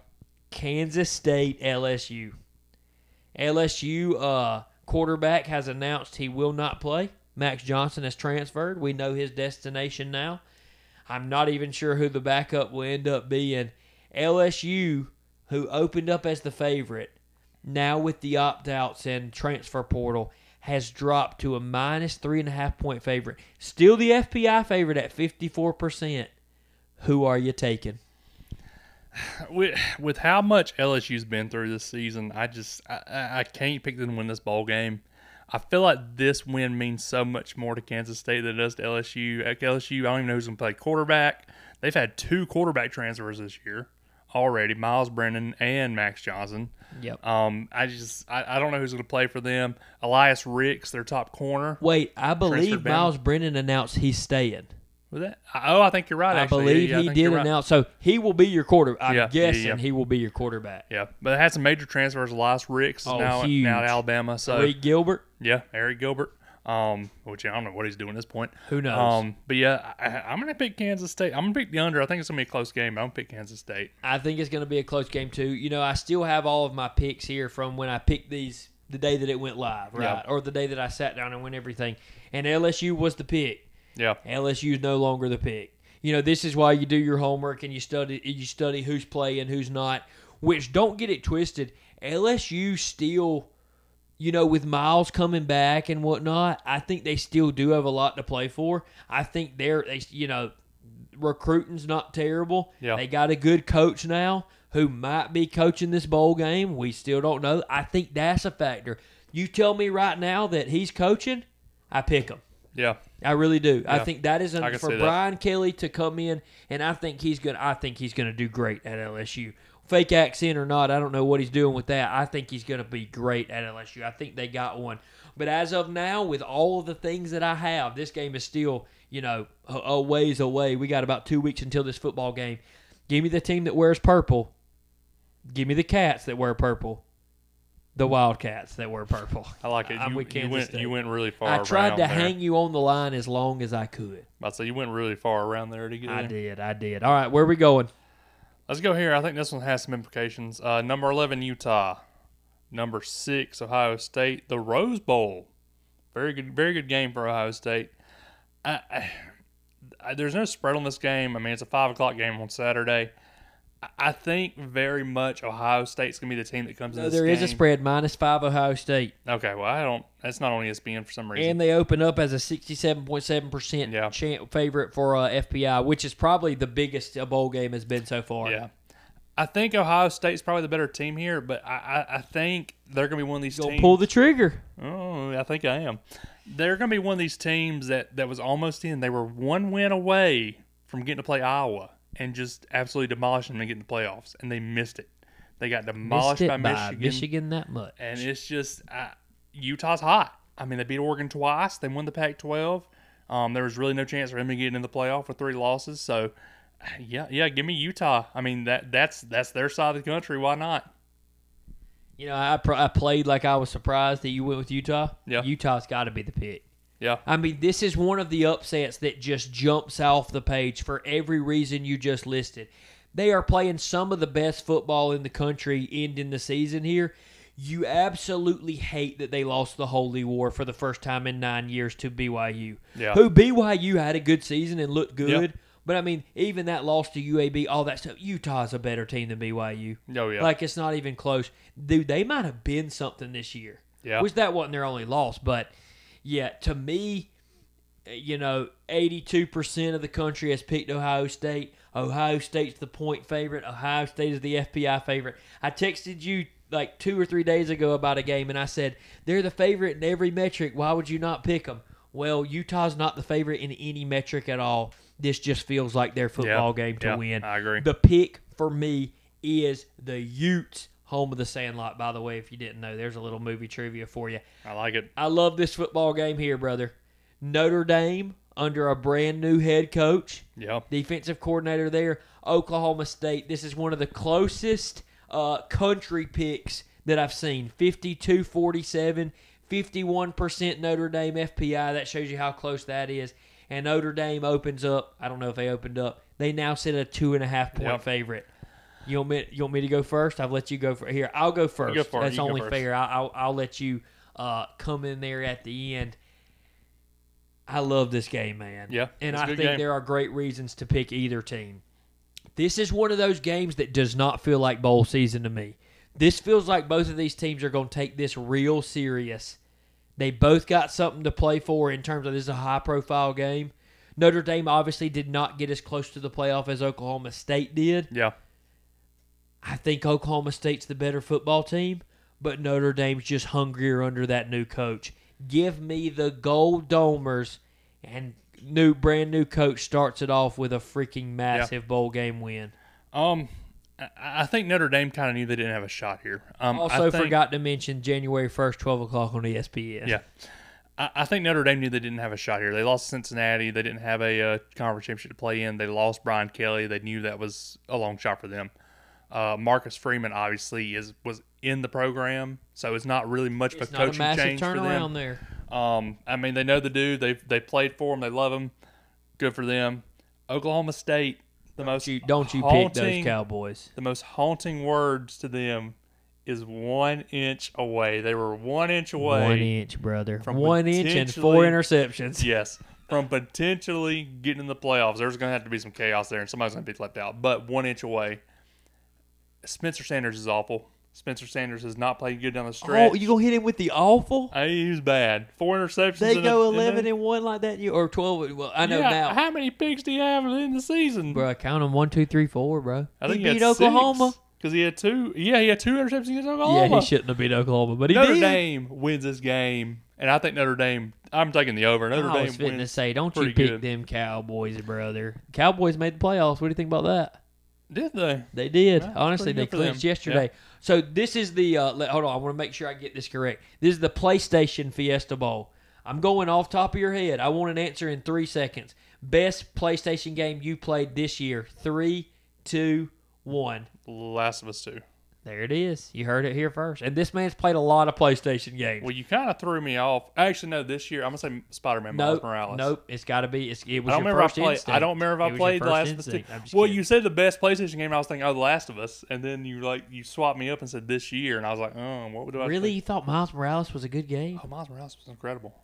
[SPEAKER 1] Kansas State LSU. LSU uh, quarterback has announced he will not play. Max Johnson has transferred. We know his destination now. I'm not even sure who the backup will end up being. LSU, who opened up as the favorite, now with the opt outs and transfer portal, has dropped to a minus three and a half point favorite. Still the FPI favorite at 54%. Who are you taking?
[SPEAKER 2] with, with how much LSU's been through this season, I just I- I, I can't pick them to win this ball game. I feel like this win means so much more to Kansas State than it does to LSU. At LSU, I don't even know who's going to play quarterback. They've had two quarterback transfers this year already: Miles Brennan and Max Johnson.
[SPEAKER 1] Yep.
[SPEAKER 2] Um, I just I, I don't know who's going to play for them. Elias Ricks, their top corner.
[SPEAKER 1] Wait, I
[SPEAKER 2] Transferred
[SPEAKER 1] believe
[SPEAKER 2] ban.
[SPEAKER 1] Miles Brennan announced he's staying.
[SPEAKER 2] Was that? Oh, I think you're right.
[SPEAKER 1] I
[SPEAKER 2] actually. Yeah,
[SPEAKER 1] believe
[SPEAKER 2] yeah, I
[SPEAKER 1] he
[SPEAKER 2] think
[SPEAKER 1] did
[SPEAKER 2] you're right.
[SPEAKER 1] announce. So he will be your quarter. I'm
[SPEAKER 2] Yeah, yeah,
[SPEAKER 1] guessing
[SPEAKER 2] yeah.
[SPEAKER 1] he will be your quarterback.
[SPEAKER 2] Yeah, but it had some major transfers. Elias Ricks is
[SPEAKER 1] Oh,
[SPEAKER 2] now,
[SPEAKER 1] huge.
[SPEAKER 2] now at Alabama. So
[SPEAKER 1] Reed Gilbert.
[SPEAKER 2] yeah, Eric Gilbert. Um, which I don't know what he's doing at this point.
[SPEAKER 1] Who knows?
[SPEAKER 2] Um, but yeah, I, I- I'm gonna pick Kansas State. I'm gonna pick the under. I think it's gonna be a close game. But I'm gonna pick Kansas State.
[SPEAKER 1] I think it's going to be a close game too. You know, I still have all of my picks here from when I picked these the day that it went live, right,
[SPEAKER 2] Yeah.
[SPEAKER 1] or the day that I sat down and went everything. And LSU was the pick.
[SPEAKER 2] Yeah,
[SPEAKER 1] LSU is no longer the pick. You know, this is why you do your homework and you study you study who's playing, who's not. Which don't get it twisted. LSU still, you know, with Miles coming back and whatnot, I think they still do have a lot to play for. I think they're they you know recruiting's not terrible.
[SPEAKER 2] Yeah.
[SPEAKER 1] They got a good coach now who might be coaching this bowl game. We still don't know. I think that's a factor. You tell me right now that he's coaching, I pick him.
[SPEAKER 2] yeah,
[SPEAKER 1] I really do. I
[SPEAKER 2] Yeah.
[SPEAKER 1] think that is
[SPEAKER 2] I
[SPEAKER 1] an,
[SPEAKER 2] can
[SPEAKER 1] for
[SPEAKER 2] see that.
[SPEAKER 1] Brian Kelly to come in, and I think he's gonna. I think he's gonna do great at LSU. Fake accent or not, I don't know what he's doing with that. I think he's gonna be great at LSU. I think they got one. But as of now, with all of the things that I have, this game is still you know a, a ways away. We got about two weeks until this football game. Give me the team that wears purple. Give me the cats that wear purple. The Wildcats that wear purple.
[SPEAKER 2] I like it.
[SPEAKER 1] I'm
[SPEAKER 2] you,
[SPEAKER 1] with
[SPEAKER 2] you
[SPEAKER 1] Kansas
[SPEAKER 2] went
[SPEAKER 1] State.
[SPEAKER 2] you went really far.
[SPEAKER 1] I tried
[SPEAKER 2] around
[SPEAKER 1] to
[SPEAKER 2] there.
[SPEAKER 1] hang you on the line as long as I could.
[SPEAKER 2] I say you went really far around there to get
[SPEAKER 1] I
[SPEAKER 2] there.
[SPEAKER 1] did. I did. All right, where we going?
[SPEAKER 2] Let's go here. I think this one has some implications. Uh, number 11, Utah. Number six, Ohio State. The Rose Bowl. Very good, very good game for Ohio State. I, I, I, there's no spread on this game. I mean, it's a five o'clock game on Saturday. I, I think very much Ohio State's gonna be the team that comes
[SPEAKER 1] No,
[SPEAKER 2] in. This
[SPEAKER 1] there is a
[SPEAKER 2] game.
[SPEAKER 1] spread minus five Ohio State,
[SPEAKER 2] Okay, well, I don't. That's not on E ESPN for some reason.
[SPEAKER 1] and they open up as a sixty-seven point seven percent
[SPEAKER 2] Yeah.
[SPEAKER 1] chan favorite for uh, FPI, which is probably the biggest a bowl game has been so far.
[SPEAKER 2] yeah, I think Ohio State's probably the better team here, but I, I, I think they're gonna be one of these
[SPEAKER 1] Gonna
[SPEAKER 2] teams.
[SPEAKER 1] pull the trigger.
[SPEAKER 2] Oh, I think I am. They're going to be one of these teams that that was almost in. They were one win away from getting to play Iowa and just absolutely demolishing them and getting the playoffs, and they missed it. They got
[SPEAKER 1] Missed
[SPEAKER 2] demolished
[SPEAKER 1] it
[SPEAKER 2] by,
[SPEAKER 1] by
[SPEAKER 2] Michigan,
[SPEAKER 1] Michigan that much.
[SPEAKER 2] and it's just uh, Utah's hot. I mean, they beat Oregon twice. They won the Pac-12. Um, there was really no chance for them to get into the playoff with three losses. So, yeah, yeah, give me Utah. I mean, that that's that's their side of the country. Why not?
[SPEAKER 1] You know, I, pr- I played like I was surprised that you went with Utah.
[SPEAKER 2] Yeah.
[SPEAKER 1] Utah's got to be the pick.
[SPEAKER 2] Yeah,
[SPEAKER 1] I mean, this is one of the upsets that just jumps off the page for every reason you just listed. They are playing some of the best football in the country ending the season here. You absolutely hate that they lost the Holy War for the first time in nine years to BYU.
[SPEAKER 2] Yeah.
[SPEAKER 1] Who BYU had a good season and looked good.
[SPEAKER 2] Yep.
[SPEAKER 1] But I mean, even that loss to UAB, all that stuff, Utah's a better team than BYU.
[SPEAKER 2] oh yeah,
[SPEAKER 1] Like it's not even close. Dude, they might have been something this year.
[SPEAKER 2] Yeah.
[SPEAKER 1] Which that wasn't their only loss, but yeah, to me, you know, eighty-two percent of the country has picked Ohio State. Ohio State's the point favorite. Ohio State is the FBI favorite. I texted you like two or three days ago about a game, and I said they're the favorite in every metric. Why would you not pick them? Well, Utah's not the favorite in any metric at all. This just feels like their football game to
[SPEAKER 2] yeah,
[SPEAKER 1] win.
[SPEAKER 2] I agree.
[SPEAKER 1] The pick for me is the Utes, home of the Sandlot. By the way, if you didn't know, there's a little movie trivia for you.
[SPEAKER 2] I like it.
[SPEAKER 1] I love this football game here, brother. Notre Dame under a brand new head coach,
[SPEAKER 2] Yeah.
[SPEAKER 1] defensive coordinator there. Oklahoma State. This is one of the closest uh, country picks that I've seen 52 47, 51% Notre Dame FPI. That shows you how close that is. And Notre Dame opens up. I don't know if they opened up. They now sit at a two and a half point
[SPEAKER 2] Yep.
[SPEAKER 1] favorite. You want me? You want me to go first? I've let you go for here. I'll go first.
[SPEAKER 2] go for it.
[SPEAKER 1] That's
[SPEAKER 2] You go
[SPEAKER 1] only
[SPEAKER 2] first.
[SPEAKER 1] fair. I- I'll, I'll let you uh, come in there at the end. I love this game, man.
[SPEAKER 2] Yeah,
[SPEAKER 1] and
[SPEAKER 2] it's a
[SPEAKER 1] I
[SPEAKER 2] good
[SPEAKER 1] think
[SPEAKER 2] game.
[SPEAKER 1] there are great reasons to pick either team. This is one of those games that does not feel like bowl season to me. This feels like both of these teams are going to take this real serious. They both got something to play for in terms of this is a high profile game. Notre Dame obviously did not get as close to the playoff as Oklahoma State did.
[SPEAKER 2] Yeah.
[SPEAKER 1] I think Oklahoma State's the better football team, but Notre Dame's just hungrier under that new coach. Give me the Gold Domers, and new brand new coach starts it off with a freaking massive bowl game win.
[SPEAKER 2] Um, I, I think Notre Dame kind of knew they didn't have a shot here. Um, I
[SPEAKER 1] Also
[SPEAKER 2] think-
[SPEAKER 1] E forgot to mention January first, twelve o'clock on ESPN.
[SPEAKER 2] Yeah, I, I think Notre Dame knew they didn't have a shot here. They lost to Cincinnati. They didn't have a uh, conference championship to play in. They lost Brian Kelly. They knew that was a long shot for them. Uh, Marcus Freeman obviously is was in the program, so it's not really much of
[SPEAKER 1] It's
[SPEAKER 2] a
[SPEAKER 1] not
[SPEAKER 2] coaching
[SPEAKER 1] a massive
[SPEAKER 2] change for them.
[SPEAKER 1] turnaround there.
[SPEAKER 2] Um, I mean, they know the dude. They they played for him. They love him. Good for them. Oklahoma State, the most
[SPEAKER 1] You, don't you pick those
[SPEAKER 2] haunting-
[SPEAKER 1] Cowboys?
[SPEAKER 2] The most haunting words to them is one inch away. They were one inch away.
[SPEAKER 1] One inch, brother.
[SPEAKER 2] from
[SPEAKER 1] One inch and four
[SPEAKER 2] potentially-
[SPEAKER 1] interceptions.
[SPEAKER 2] Yes, from potentially getting in the playoffs. There's going to have to be some chaos there, and somebody's going to be left out. But one inch away. Spencer Sanders is awful. Spencer Sanders has not played good down the stretch.
[SPEAKER 1] Oh, you gonna hit him with the awful?
[SPEAKER 2] I, he's bad. Four interceptions.
[SPEAKER 1] They
[SPEAKER 2] in
[SPEAKER 1] go
[SPEAKER 2] a, in a-
[SPEAKER 1] eleven and one like that, you or twelve? Well, I know
[SPEAKER 2] Yeah,
[SPEAKER 1] now,
[SPEAKER 2] How many picks do you have in the season?
[SPEAKER 1] bro. Count them one, two, three, four, bro.
[SPEAKER 2] I think
[SPEAKER 1] he beat Oklahoma.
[SPEAKER 2] because he had two. Yeah, he had two interceptions against Oklahoma.
[SPEAKER 1] Yeah, he shouldn't have beat Oklahoma, but he
[SPEAKER 2] Notre
[SPEAKER 1] did.
[SPEAKER 2] Dame wins this game, and I think Notre Dame. I'm taking the over. Notre
[SPEAKER 1] I was
[SPEAKER 2] Dame
[SPEAKER 1] fitting to
[SPEAKER 2] wins.
[SPEAKER 1] say, don't you
[SPEAKER 2] pretty
[SPEAKER 1] pick
[SPEAKER 2] good.
[SPEAKER 1] them Cowboys, brother? Cowboys made the playoffs. What do you think about that?
[SPEAKER 2] Did they?
[SPEAKER 1] They did.
[SPEAKER 2] that's
[SPEAKER 1] Honestly,
[SPEAKER 2] pretty
[SPEAKER 1] they
[SPEAKER 2] good for them.
[SPEAKER 1] clinched yesterday. So this is the uh, let, hold on. I want to make sure I get this correct. This is the PlayStation Fiesta Bowl. I'm going off top of your head. I want an answer in three seconds. Best PlayStation game you played this year? Three, two, one.
[SPEAKER 2] Last of Us Two.
[SPEAKER 1] There it is. You heard it here first. And this man's played a lot of PlayStation games.
[SPEAKER 2] Well, you kind of threw me off. Actually, no. This year, I'm gonna say Spider-Man Miles
[SPEAKER 1] nope,
[SPEAKER 2] Morales.
[SPEAKER 1] nope. It's got to be. It's, it was
[SPEAKER 2] I don't
[SPEAKER 1] your
[SPEAKER 2] remember if
[SPEAKER 1] first
[SPEAKER 2] I played.
[SPEAKER 1] instinct.
[SPEAKER 2] I don't remember
[SPEAKER 1] It
[SPEAKER 2] if I
[SPEAKER 1] was your
[SPEAKER 2] played
[SPEAKER 1] first
[SPEAKER 2] Last
[SPEAKER 1] instinct. I'm
[SPEAKER 2] of Us
[SPEAKER 1] just
[SPEAKER 2] Two. Well,
[SPEAKER 1] kidding.
[SPEAKER 2] you said the best PlayStation game. I was thinking, oh, The Last of Us, and then you like you swapped me up and said this year, and I was like, um, what would I
[SPEAKER 1] really
[SPEAKER 2] Think?
[SPEAKER 1] you thought Miles Morales was a good game?
[SPEAKER 2] Oh, Miles Morales was incredible.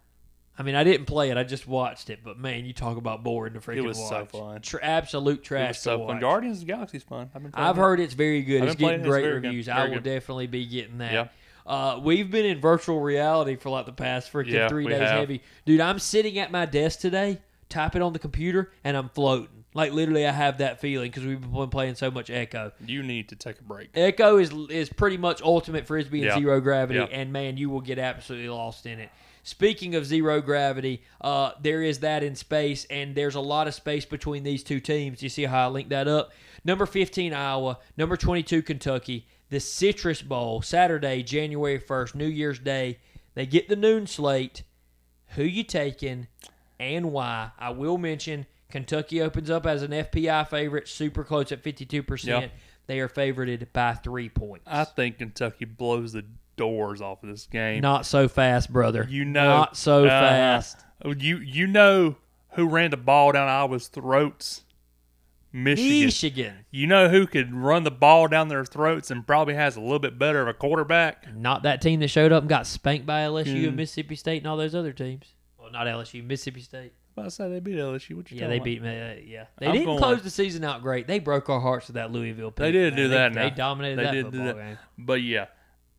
[SPEAKER 1] I mean, I didn't play it. I just watched it. But man, you talk about boring to freaking
[SPEAKER 2] was so
[SPEAKER 1] watch.
[SPEAKER 2] fun.
[SPEAKER 1] Tra- absolute trash.
[SPEAKER 2] It was so
[SPEAKER 1] to
[SPEAKER 2] fun.
[SPEAKER 1] watch.
[SPEAKER 2] Guardians of the Galaxy's fun. I've been. playing
[SPEAKER 1] I've
[SPEAKER 2] that.
[SPEAKER 1] heard it's very good.
[SPEAKER 2] I've
[SPEAKER 1] It's
[SPEAKER 2] been
[SPEAKER 1] getting
[SPEAKER 2] playing it. It's
[SPEAKER 1] great
[SPEAKER 2] very good.
[SPEAKER 1] reviews. I
[SPEAKER 2] Very
[SPEAKER 1] will
[SPEAKER 2] good.
[SPEAKER 1] definitely be getting that.
[SPEAKER 2] Yeah.
[SPEAKER 1] Uh, we've been in virtual reality for like the past freaking
[SPEAKER 2] Yeah,
[SPEAKER 1] three
[SPEAKER 2] we
[SPEAKER 1] days
[SPEAKER 2] have.
[SPEAKER 1] heavy. Dude, I'm sitting at my desk today, typing on the computer, and I'm floating. Like literally, I have that feeling because we've been playing so much Echo.
[SPEAKER 2] You need to take a break.
[SPEAKER 1] Echo is is pretty much ultimate frisbee and
[SPEAKER 2] Yeah.
[SPEAKER 1] zero gravity,
[SPEAKER 2] Yeah.
[SPEAKER 1] and man, you will get absolutely lost in it. Speaking of zero gravity, uh, there is that in space, and there's a lot of space between these two teams. You see how I link that up? Number 15, Iowa. Number 22, Kentucky. The Citrus Bowl, Saturday, January 1st, New Year's Day. They get the noon slate. Who you taking and why? I will mention Kentucky opens up as an FPI favorite, super close at 52%.
[SPEAKER 2] Yeah.
[SPEAKER 1] They are favorited by three points.
[SPEAKER 2] I think Kentucky blows the doors off of this game.
[SPEAKER 1] Not so fast, brother.
[SPEAKER 2] you know,
[SPEAKER 1] Not so
[SPEAKER 2] uh,
[SPEAKER 1] fast.
[SPEAKER 2] You you know who ran the ball down Iowa's throats? Michigan.
[SPEAKER 1] Michigan.
[SPEAKER 2] You know who could run the ball down their throats and probably has a little bit better of a quarterback?
[SPEAKER 1] Not that team that showed up and got spanked by LSU
[SPEAKER 2] Hmm.
[SPEAKER 1] and Mississippi State and all those other teams. Well, not LSU, Mississippi State.
[SPEAKER 2] I say they beat LSU. What you
[SPEAKER 1] Yeah, they beat. Uh, yeah, they
[SPEAKER 2] I'm
[SPEAKER 1] didn't
[SPEAKER 2] going-
[SPEAKER 1] close the season out great. They broke our hearts with that Louisville. pick,
[SPEAKER 2] They did
[SPEAKER 1] man.
[SPEAKER 2] do that.
[SPEAKER 1] They,
[SPEAKER 2] now.
[SPEAKER 1] they dominated
[SPEAKER 2] They
[SPEAKER 1] that
[SPEAKER 2] did do
[SPEAKER 1] football
[SPEAKER 2] that.
[SPEAKER 1] game.
[SPEAKER 2] But yeah,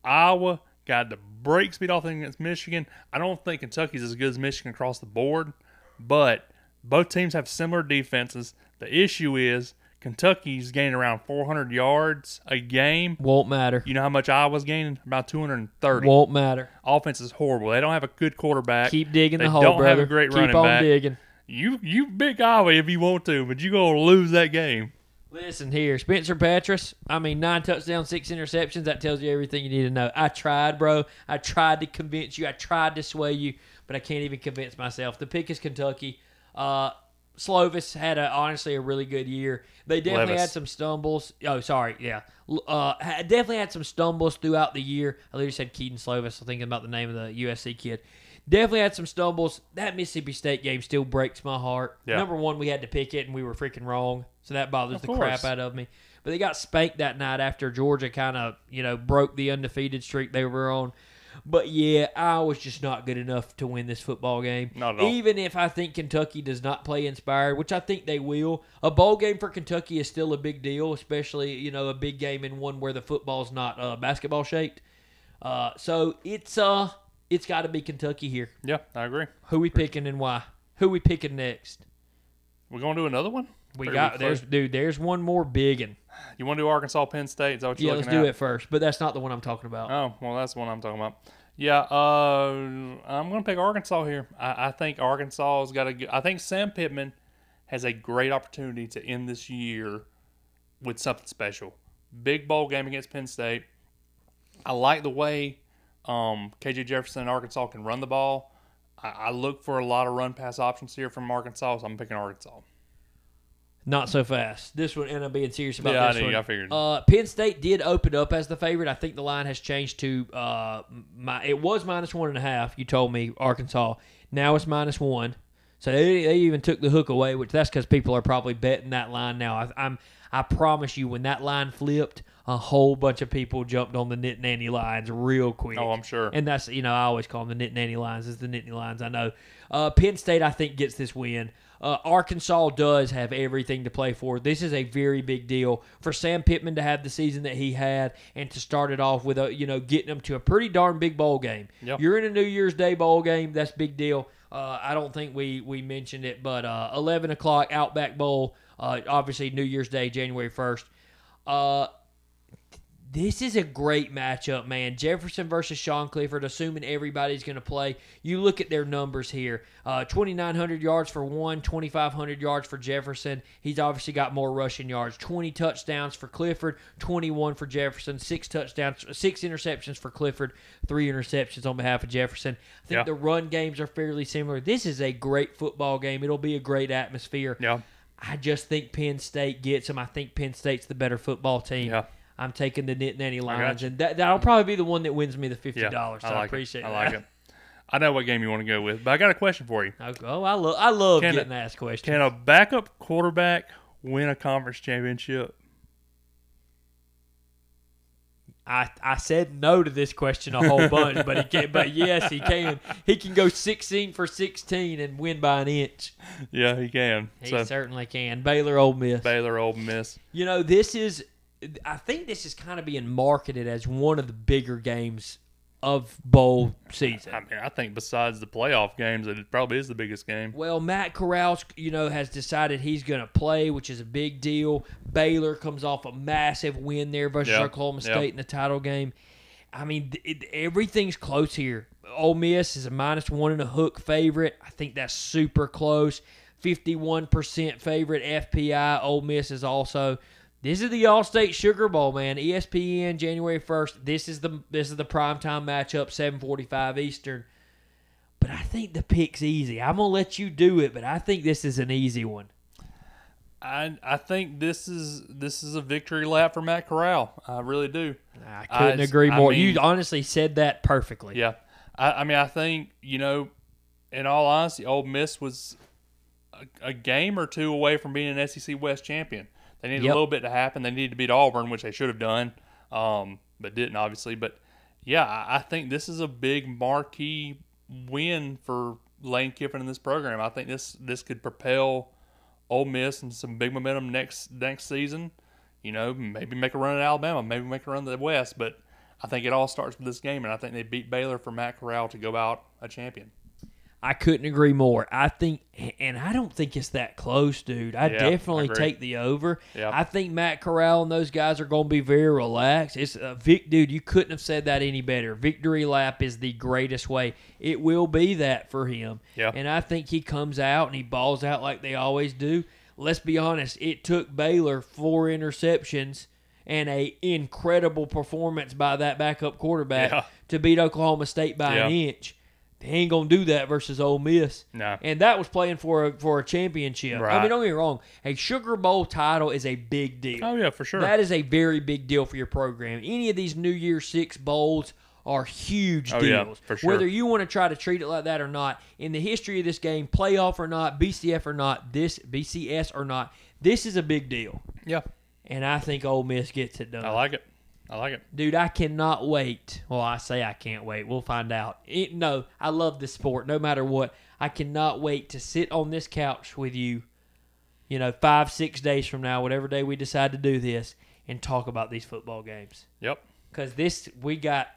[SPEAKER 2] Iowa got the break speed off against Michigan. I don't think Kentucky's as good as Michigan across the board, but both teams have similar defenses. The issue is Kentucky's gaining around 400 yards a game.
[SPEAKER 1] Won't matter.
[SPEAKER 2] You know how much Iowa's gaining? About 230.
[SPEAKER 1] Won't matter.
[SPEAKER 2] Offense is horrible. They don't have a good quarterback.
[SPEAKER 1] Keep digging
[SPEAKER 2] They
[SPEAKER 1] the hole,
[SPEAKER 2] don't
[SPEAKER 1] brother.
[SPEAKER 2] have a great
[SPEAKER 1] Keep
[SPEAKER 2] running
[SPEAKER 1] on
[SPEAKER 2] back.
[SPEAKER 1] digging.
[SPEAKER 2] You you pick Iowa if you want to, but you gonna lose that game.
[SPEAKER 1] Listen here, Spencer Petras. I mean, nine touchdowns, six interceptions. That tells you everything you need to know. I tried, bro. I tried to convince you. I tried to sway you, but I can't even convince myself. The pick is Kentucky. Uh, Slovis had a, honestly a really good year. They definitely
[SPEAKER 2] Levis.
[SPEAKER 1] had some stumbles. Oh, sorry, yeah. L- Uh, ha- definitely had some stumbles throughout the year. I literally said Keaton Slovis. I'm thinking about the name of the USC kid. Definitely had some stumbles. That Mississippi State game still breaks my heart.
[SPEAKER 2] Yeah.
[SPEAKER 1] Number one, we had to pick it, and we were freaking wrong. So that bothers the
[SPEAKER 2] course.
[SPEAKER 1] crap out of me. But they got spanked that night after Georgia kind of, you know, broke the undefeated streak they were on. But yeah, I was just not good enough to win this football game.
[SPEAKER 2] Not at all.
[SPEAKER 1] Even if I think Kentucky does not play inspired, which I think they will, a bowl game for Kentucky is still a big deal, especially, you know, a big game and one where the football's not uh, basketball shaped. Uh, so it's uh it's got to be Kentucky here.
[SPEAKER 2] Yeah, I agree.
[SPEAKER 1] Who we picking and why? Who we picking next?
[SPEAKER 2] We're gonna do another one.
[SPEAKER 1] We
[SPEAKER 2] Or do
[SPEAKER 1] got
[SPEAKER 2] play-
[SPEAKER 1] there's dude. There's one more big one.
[SPEAKER 2] You want to do Arkansas, Penn State? Is that what you're
[SPEAKER 1] Yeah, let's
[SPEAKER 2] looking
[SPEAKER 1] do
[SPEAKER 2] at?
[SPEAKER 1] it first. But that's not the one I'm talking about.
[SPEAKER 2] Oh, well, that's the one I'm talking about. Yeah, uh, I'm going to pick Arkansas here. I, I think Arkansas has got a good. I think Sam Pittman has a great opportunity to end this year with something special. Big bowl game against Penn State. I like the way um, KJ Jefferson and Arkansas can run the ball. I, I look for a lot of run pass options here from Arkansas, so I'm picking Arkansas.
[SPEAKER 1] Not so fast. This one, and I'm being serious about
[SPEAKER 2] Yeah, I
[SPEAKER 1] this
[SPEAKER 2] knew-
[SPEAKER 1] one.
[SPEAKER 2] I figured.
[SPEAKER 1] Uh, Penn State did open up as the favorite. I think the line has changed to uh, my. It was minus one and a half. You told me Arkansas. Now it's minus one. So they, they even took the hook away, which that's because people are probably betting that line now. I, I'm I promise you, when that line flipped, a whole bunch of people jumped on the knit nanny lines real quick.
[SPEAKER 2] Oh, I'm sure.
[SPEAKER 1] And that's you know I always call them the knit nanny lines. It's the knit nanny lines. I know. Uh, Penn State I think gets this win. Uh, Arkansas does have everything to play for. This is a very big deal for Sam Pittman to have the season that he had and to start it off with a you know getting them to a pretty darn big bowl game.
[SPEAKER 2] Yep.
[SPEAKER 1] You're in a New Year's Day bowl game. That's big deal. Uh, I don't think we we mentioned it, but uh, 11 o'clock Outback Bowl. Uh, obviously New Year's Day, January 1st. Uh, this is a great matchup, man. Jefferson versus Sean Clifford, assuming everybody's going to play. You look at their numbers here uh, 2,900 yards for one, 2,500 yards for Jefferson. He's obviously got more rushing yards. 20 touchdowns for Clifford, 21 for Jefferson, six touchdowns, six interceptions for Clifford, three interceptions on behalf of Jefferson. I think
[SPEAKER 2] Yeah.
[SPEAKER 1] the run games are fairly similar. This is a great football game. It'll be a great atmosphere.
[SPEAKER 2] Yeah.
[SPEAKER 1] I just think Penn State gets them. I think Penn State's the better football team.
[SPEAKER 2] Yeah.
[SPEAKER 1] I'm taking the Knit Nanny
[SPEAKER 2] got
[SPEAKER 1] Lions, and that, that'll probably be the one that wins me the fifty
[SPEAKER 2] Yeah.
[SPEAKER 1] dollars. so I,
[SPEAKER 2] like
[SPEAKER 1] appreciate
[SPEAKER 2] it.
[SPEAKER 1] that.
[SPEAKER 2] I like it. I know what game you want to go with, but I got a question for you.
[SPEAKER 1] it. Oh, I love I love
[SPEAKER 2] Can-
[SPEAKER 1] getting asked questions.
[SPEAKER 2] Can a backup quarterback win a conference championship?
[SPEAKER 1] I, I said no to this question a whole bunch, but he can. But yes, he can. He can go sixteen for sixteen and win by an inch.
[SPEAKER 2] Yeah, he can.
[SPEAKER 1] He
[SPEAKER 2] so
[SPEAKER 1] certainly can. Baylor, Ole Miss.
[SPEAKER 2] Baylor, Old Miss.
[SPEAKER 1] You know, this is. I think this is kind of being marketed as one of the bigger games of bowl season.
[SPEAKER 2] I mean, I think besides the playoff games, it probably is the biggest game.
[SPEAKER 1] Well, Matt Corral, you know, has decided he's going to play, which is a big deal. Baylor comes off a massive win there versus
[SPEAKER 2] Yeah,
[SPEAKER 1] Oklahoma
[SPEAKER 2] yeah.
[SPEAKER 1] State in the title game. I mean, th- it, everything's close here. Ole Miss is a minus one and a hook favorite. I think that's super close. 51% favorite FPI. Ole Miss is also. This is the All-State Sugar Bowl, man. E ESPN January 1st. This is the this is the primetime matchup 7:45 Eastern. But I think the pick's easy. I'm gonna let you do it, but I think this is an easy one.
[SPEAKER 2] I I think this is this is a victory lap for Matt Corral. I really do.
[SPEAKER 1] I
[SPEAKER 2] I
[SPEAKER 1] couldn't
[SPEAKER 2] s-
[SPEAKER 1] agree
[SPEAKER 2] I
[SPEAKER 1] more.
[SPEAKER 2] mean-
[SPEAKER 1] you honestly said that perfectly.
[SPEAKER 2] Yeah, I, I mean, I think you know, in all honesty, Ole Miss was a, a game or two away from being an SEC West champion. They needed
[SPEAKER 1] Yep.
[SPEAKER 2] a little bit to happen. They needed to beat Auburn, which they should have done, um, but didn't obviously. But yeah, I, I think this is a big marquee win for Lane Kiffin in this program. I think this this could propel Ole Miss and some big momentum next next season. You know, maybe make a run at Alabama, maybe make a run at the West, but I think it all starts with this game, and I think they beat Baylor for Matt Corral to go out a champion.
[SPEAKER 1] I couldn't agree more. I think, and I don't think it's that close, dude. I
[SPEAKER 2] Yeah, I
[SPEAKER 1] definitely
[SPEAKER 2] agree.
[SPEAKER 1] take the over.
[SPEAKER 2] Yeah.
[SPEAKER 1] I think Matt Corral and those guys are going to be very relaxed. It's uh, Vic, dude. You couldn't have said that any better. Victory lap is the greatest way. It will be that for him.
[SPEAKER 2] Yeah.
[SPEAKER 1] And I think he comes out and he balls out like they always do. Let's be honest. It took Baylor four interceptions and a incredible performance by that backup quarterback
[SPEAKER 2] Yeah.
[SPEAKER 1] to beat Oklahoma State by an
[SPEAKER 2] Yeah.
[SPEAKER 1] inch. They ain't gonna do that versus Ole Miss.
[SPEAKER 2] No.
[SPEAKER 1] And that was playing for a for a championship. I
[SPEAKER 2] Right.
[SPEAKER 1] mean, don't get me wrong. A Sugar Bowl title is a big deal.
[SPEAKER 2] Oh yeah, for sure.
[SPEAKER 1] That is a very big deal for your program. Any of these New Year Six bowls are huge
[SPEAKER 2] Oh,
[SPEAKER 1] deals.
[SPEAKER 2] yeah, for sure.
[SPEAKER 1] Whether you want to try to treat it like that or not, in the history of this game, playoff or not, BCF or not, this BCS or not, this is a big deal.
[SPEAKER 2] yeah,
[SPEAKER 1] And I think Ole Miss gets it done.
[SPEAKER 2] I like it. I like it.
[SPEAKER 1] Dude, I cannot wait. Well, I say I can't wait. We'll find out. It, no, I love this sport no matter what. I cannot wait to sit on this couch with you, you know, five, six days from now, whatever day we decide to do this, and talk about these football games.
[SPEAKER 2] Yep.
[SPEAKER 1] Because this, we got,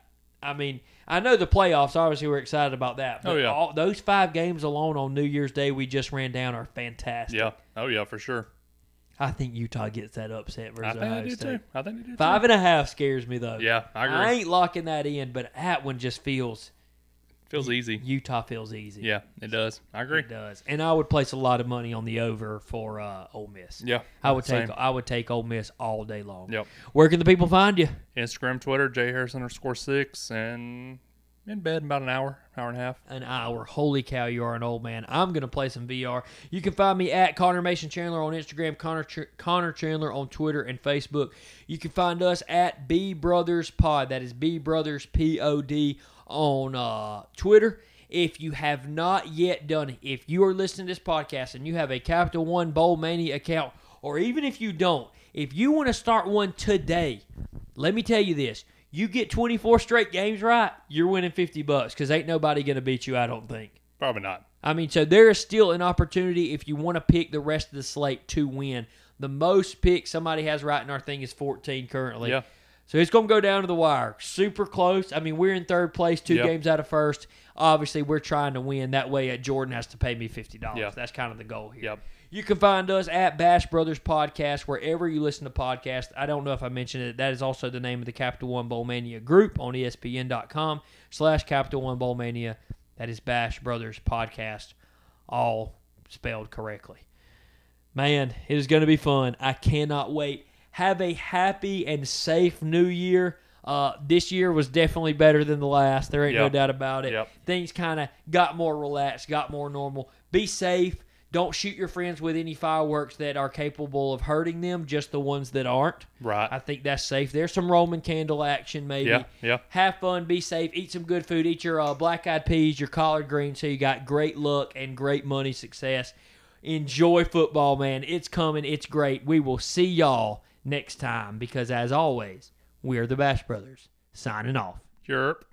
[SPEAKER 1] I mean, I know the playoffs, obviously, we're excited about that. But
[SPEAKER 2] Oh, yeah.
[SPEAKER 1] all, those five games alone on New Year's Day we just ran down are fantastic.
[SPEAKER 2] Yeah. Oh yeah, for sure.
[SPEAKER 1] I think Utah gets that upset
[SPEAKER 2] I
[SPEAKER 1] versus
[SPEAKER 2] think
[SPEAKER 1] Ohio
[SPEAKER 2] they do
[SPEAKER 1] State.
[SPEAKER 2] too. I think they do
[SPEAKER 1] Five and a half scares me, though.
[SPEAKER 2] too. Yeah, I agree.
[SPEAKER 1] I ain't locking that in, but that one just feels
[SPEAKER 2] Feels easy.
[SPEAKER 1] Utah feels easy.
[SPEAKER 2] Yeah, it does. I agree.
[SPEAKER 1] it does. And I would place a lot of money on the over for uh, Ole Miss.
[SPEAKER 2] Yeah,
[SPEAKER 1] I would
[SPEAKER 2] same.
[SPEAKER 1] take I would take Ole Miss all day long.
[SPEAKER 2] Yep.
[SPEAKER 1] Where can the people find you?
[SPEAKER 2] Instagram, Twitter, J Harris underscore six, and in bed in about an hour, hour and a half.
[SPEAKER 1] an hour. Holy cow, you are an old man. I'm going to play some VR. You can find me at Connor Mason Chandler on Instagram, Connor, Ch- Connor Chandler on Twitter and Facebook. You can find us at B Brothers Pod. That is B Brothers P O D on uh, Twitter. If you have not yet done it, if you are listening to this podcast and you have a Capital One Bowl Mania account, or even if you don't, if you want to start one today, let me tell you this. You get 24 straight games right, you're winning 50 bucks because ain't nobody going to beat you, I don't think.
[SPEAKER 2] Probably not.
[SPEAKER 1] I mean, so there is still an opportunity if you want to pick the rest of the slate to win. The most picks somebody has right in our thing is 14 currently.
[SPEAKER 2] Yeah.
[SPEAKER 1] So it's going to go down to the wire. Super close. I mean, we're in third place, two
[SPEAKER 2] Yeah.
[SPEAKER 1] games out of first. Obviously, we're trying to win. That way, uh, Jordan has to pay me $50.
[SPEAKER 2] Yeah.
[SPEAKER 1] That's kind of the goal here.
[SPEAKER 2] Yep.
[SPEAKER 1] You can find us at Bash Brothers Podcast wherever you listen to podcasts. I don't know if I mentioned it. That is also the name of the Capital One Bowl Mania group on E ESPN.com slash Capital One Bowl Mania. That is Bash Brothers Podcast, all spelled correctly. Man, it is going to be fun. I cannot wait. Have a happy and safe new year. Uh, this year was definitely better than the last. There ain't no
[SPEAKER 2] Yep.
[SPEAKER 1] doubt about it.
[SPEAKER 2] Yep.
[SPEAKER 1] Things kind of got more relaxed, got more normal. Be safe. Don't shoot your friends with any fireworks that are capable of hurting them, just the ones that aren't.
[SPEAKER 2] Right.
[SPEAKER 1] I think that's safe. There's some Roman candle action, maybe.
[SPEAKER 2] Yeah, yeah.
[SPEAKER 1] Have fun, be safe, eat some good food, eat your uh, black eyed peas, your collard greens, so you got great luck and great money success. Enjoy football, man. It's coming, it's great. We will see y'all next time because, as always, we're the Bash Brothers signing off.
[SPEAKER 2] Europe.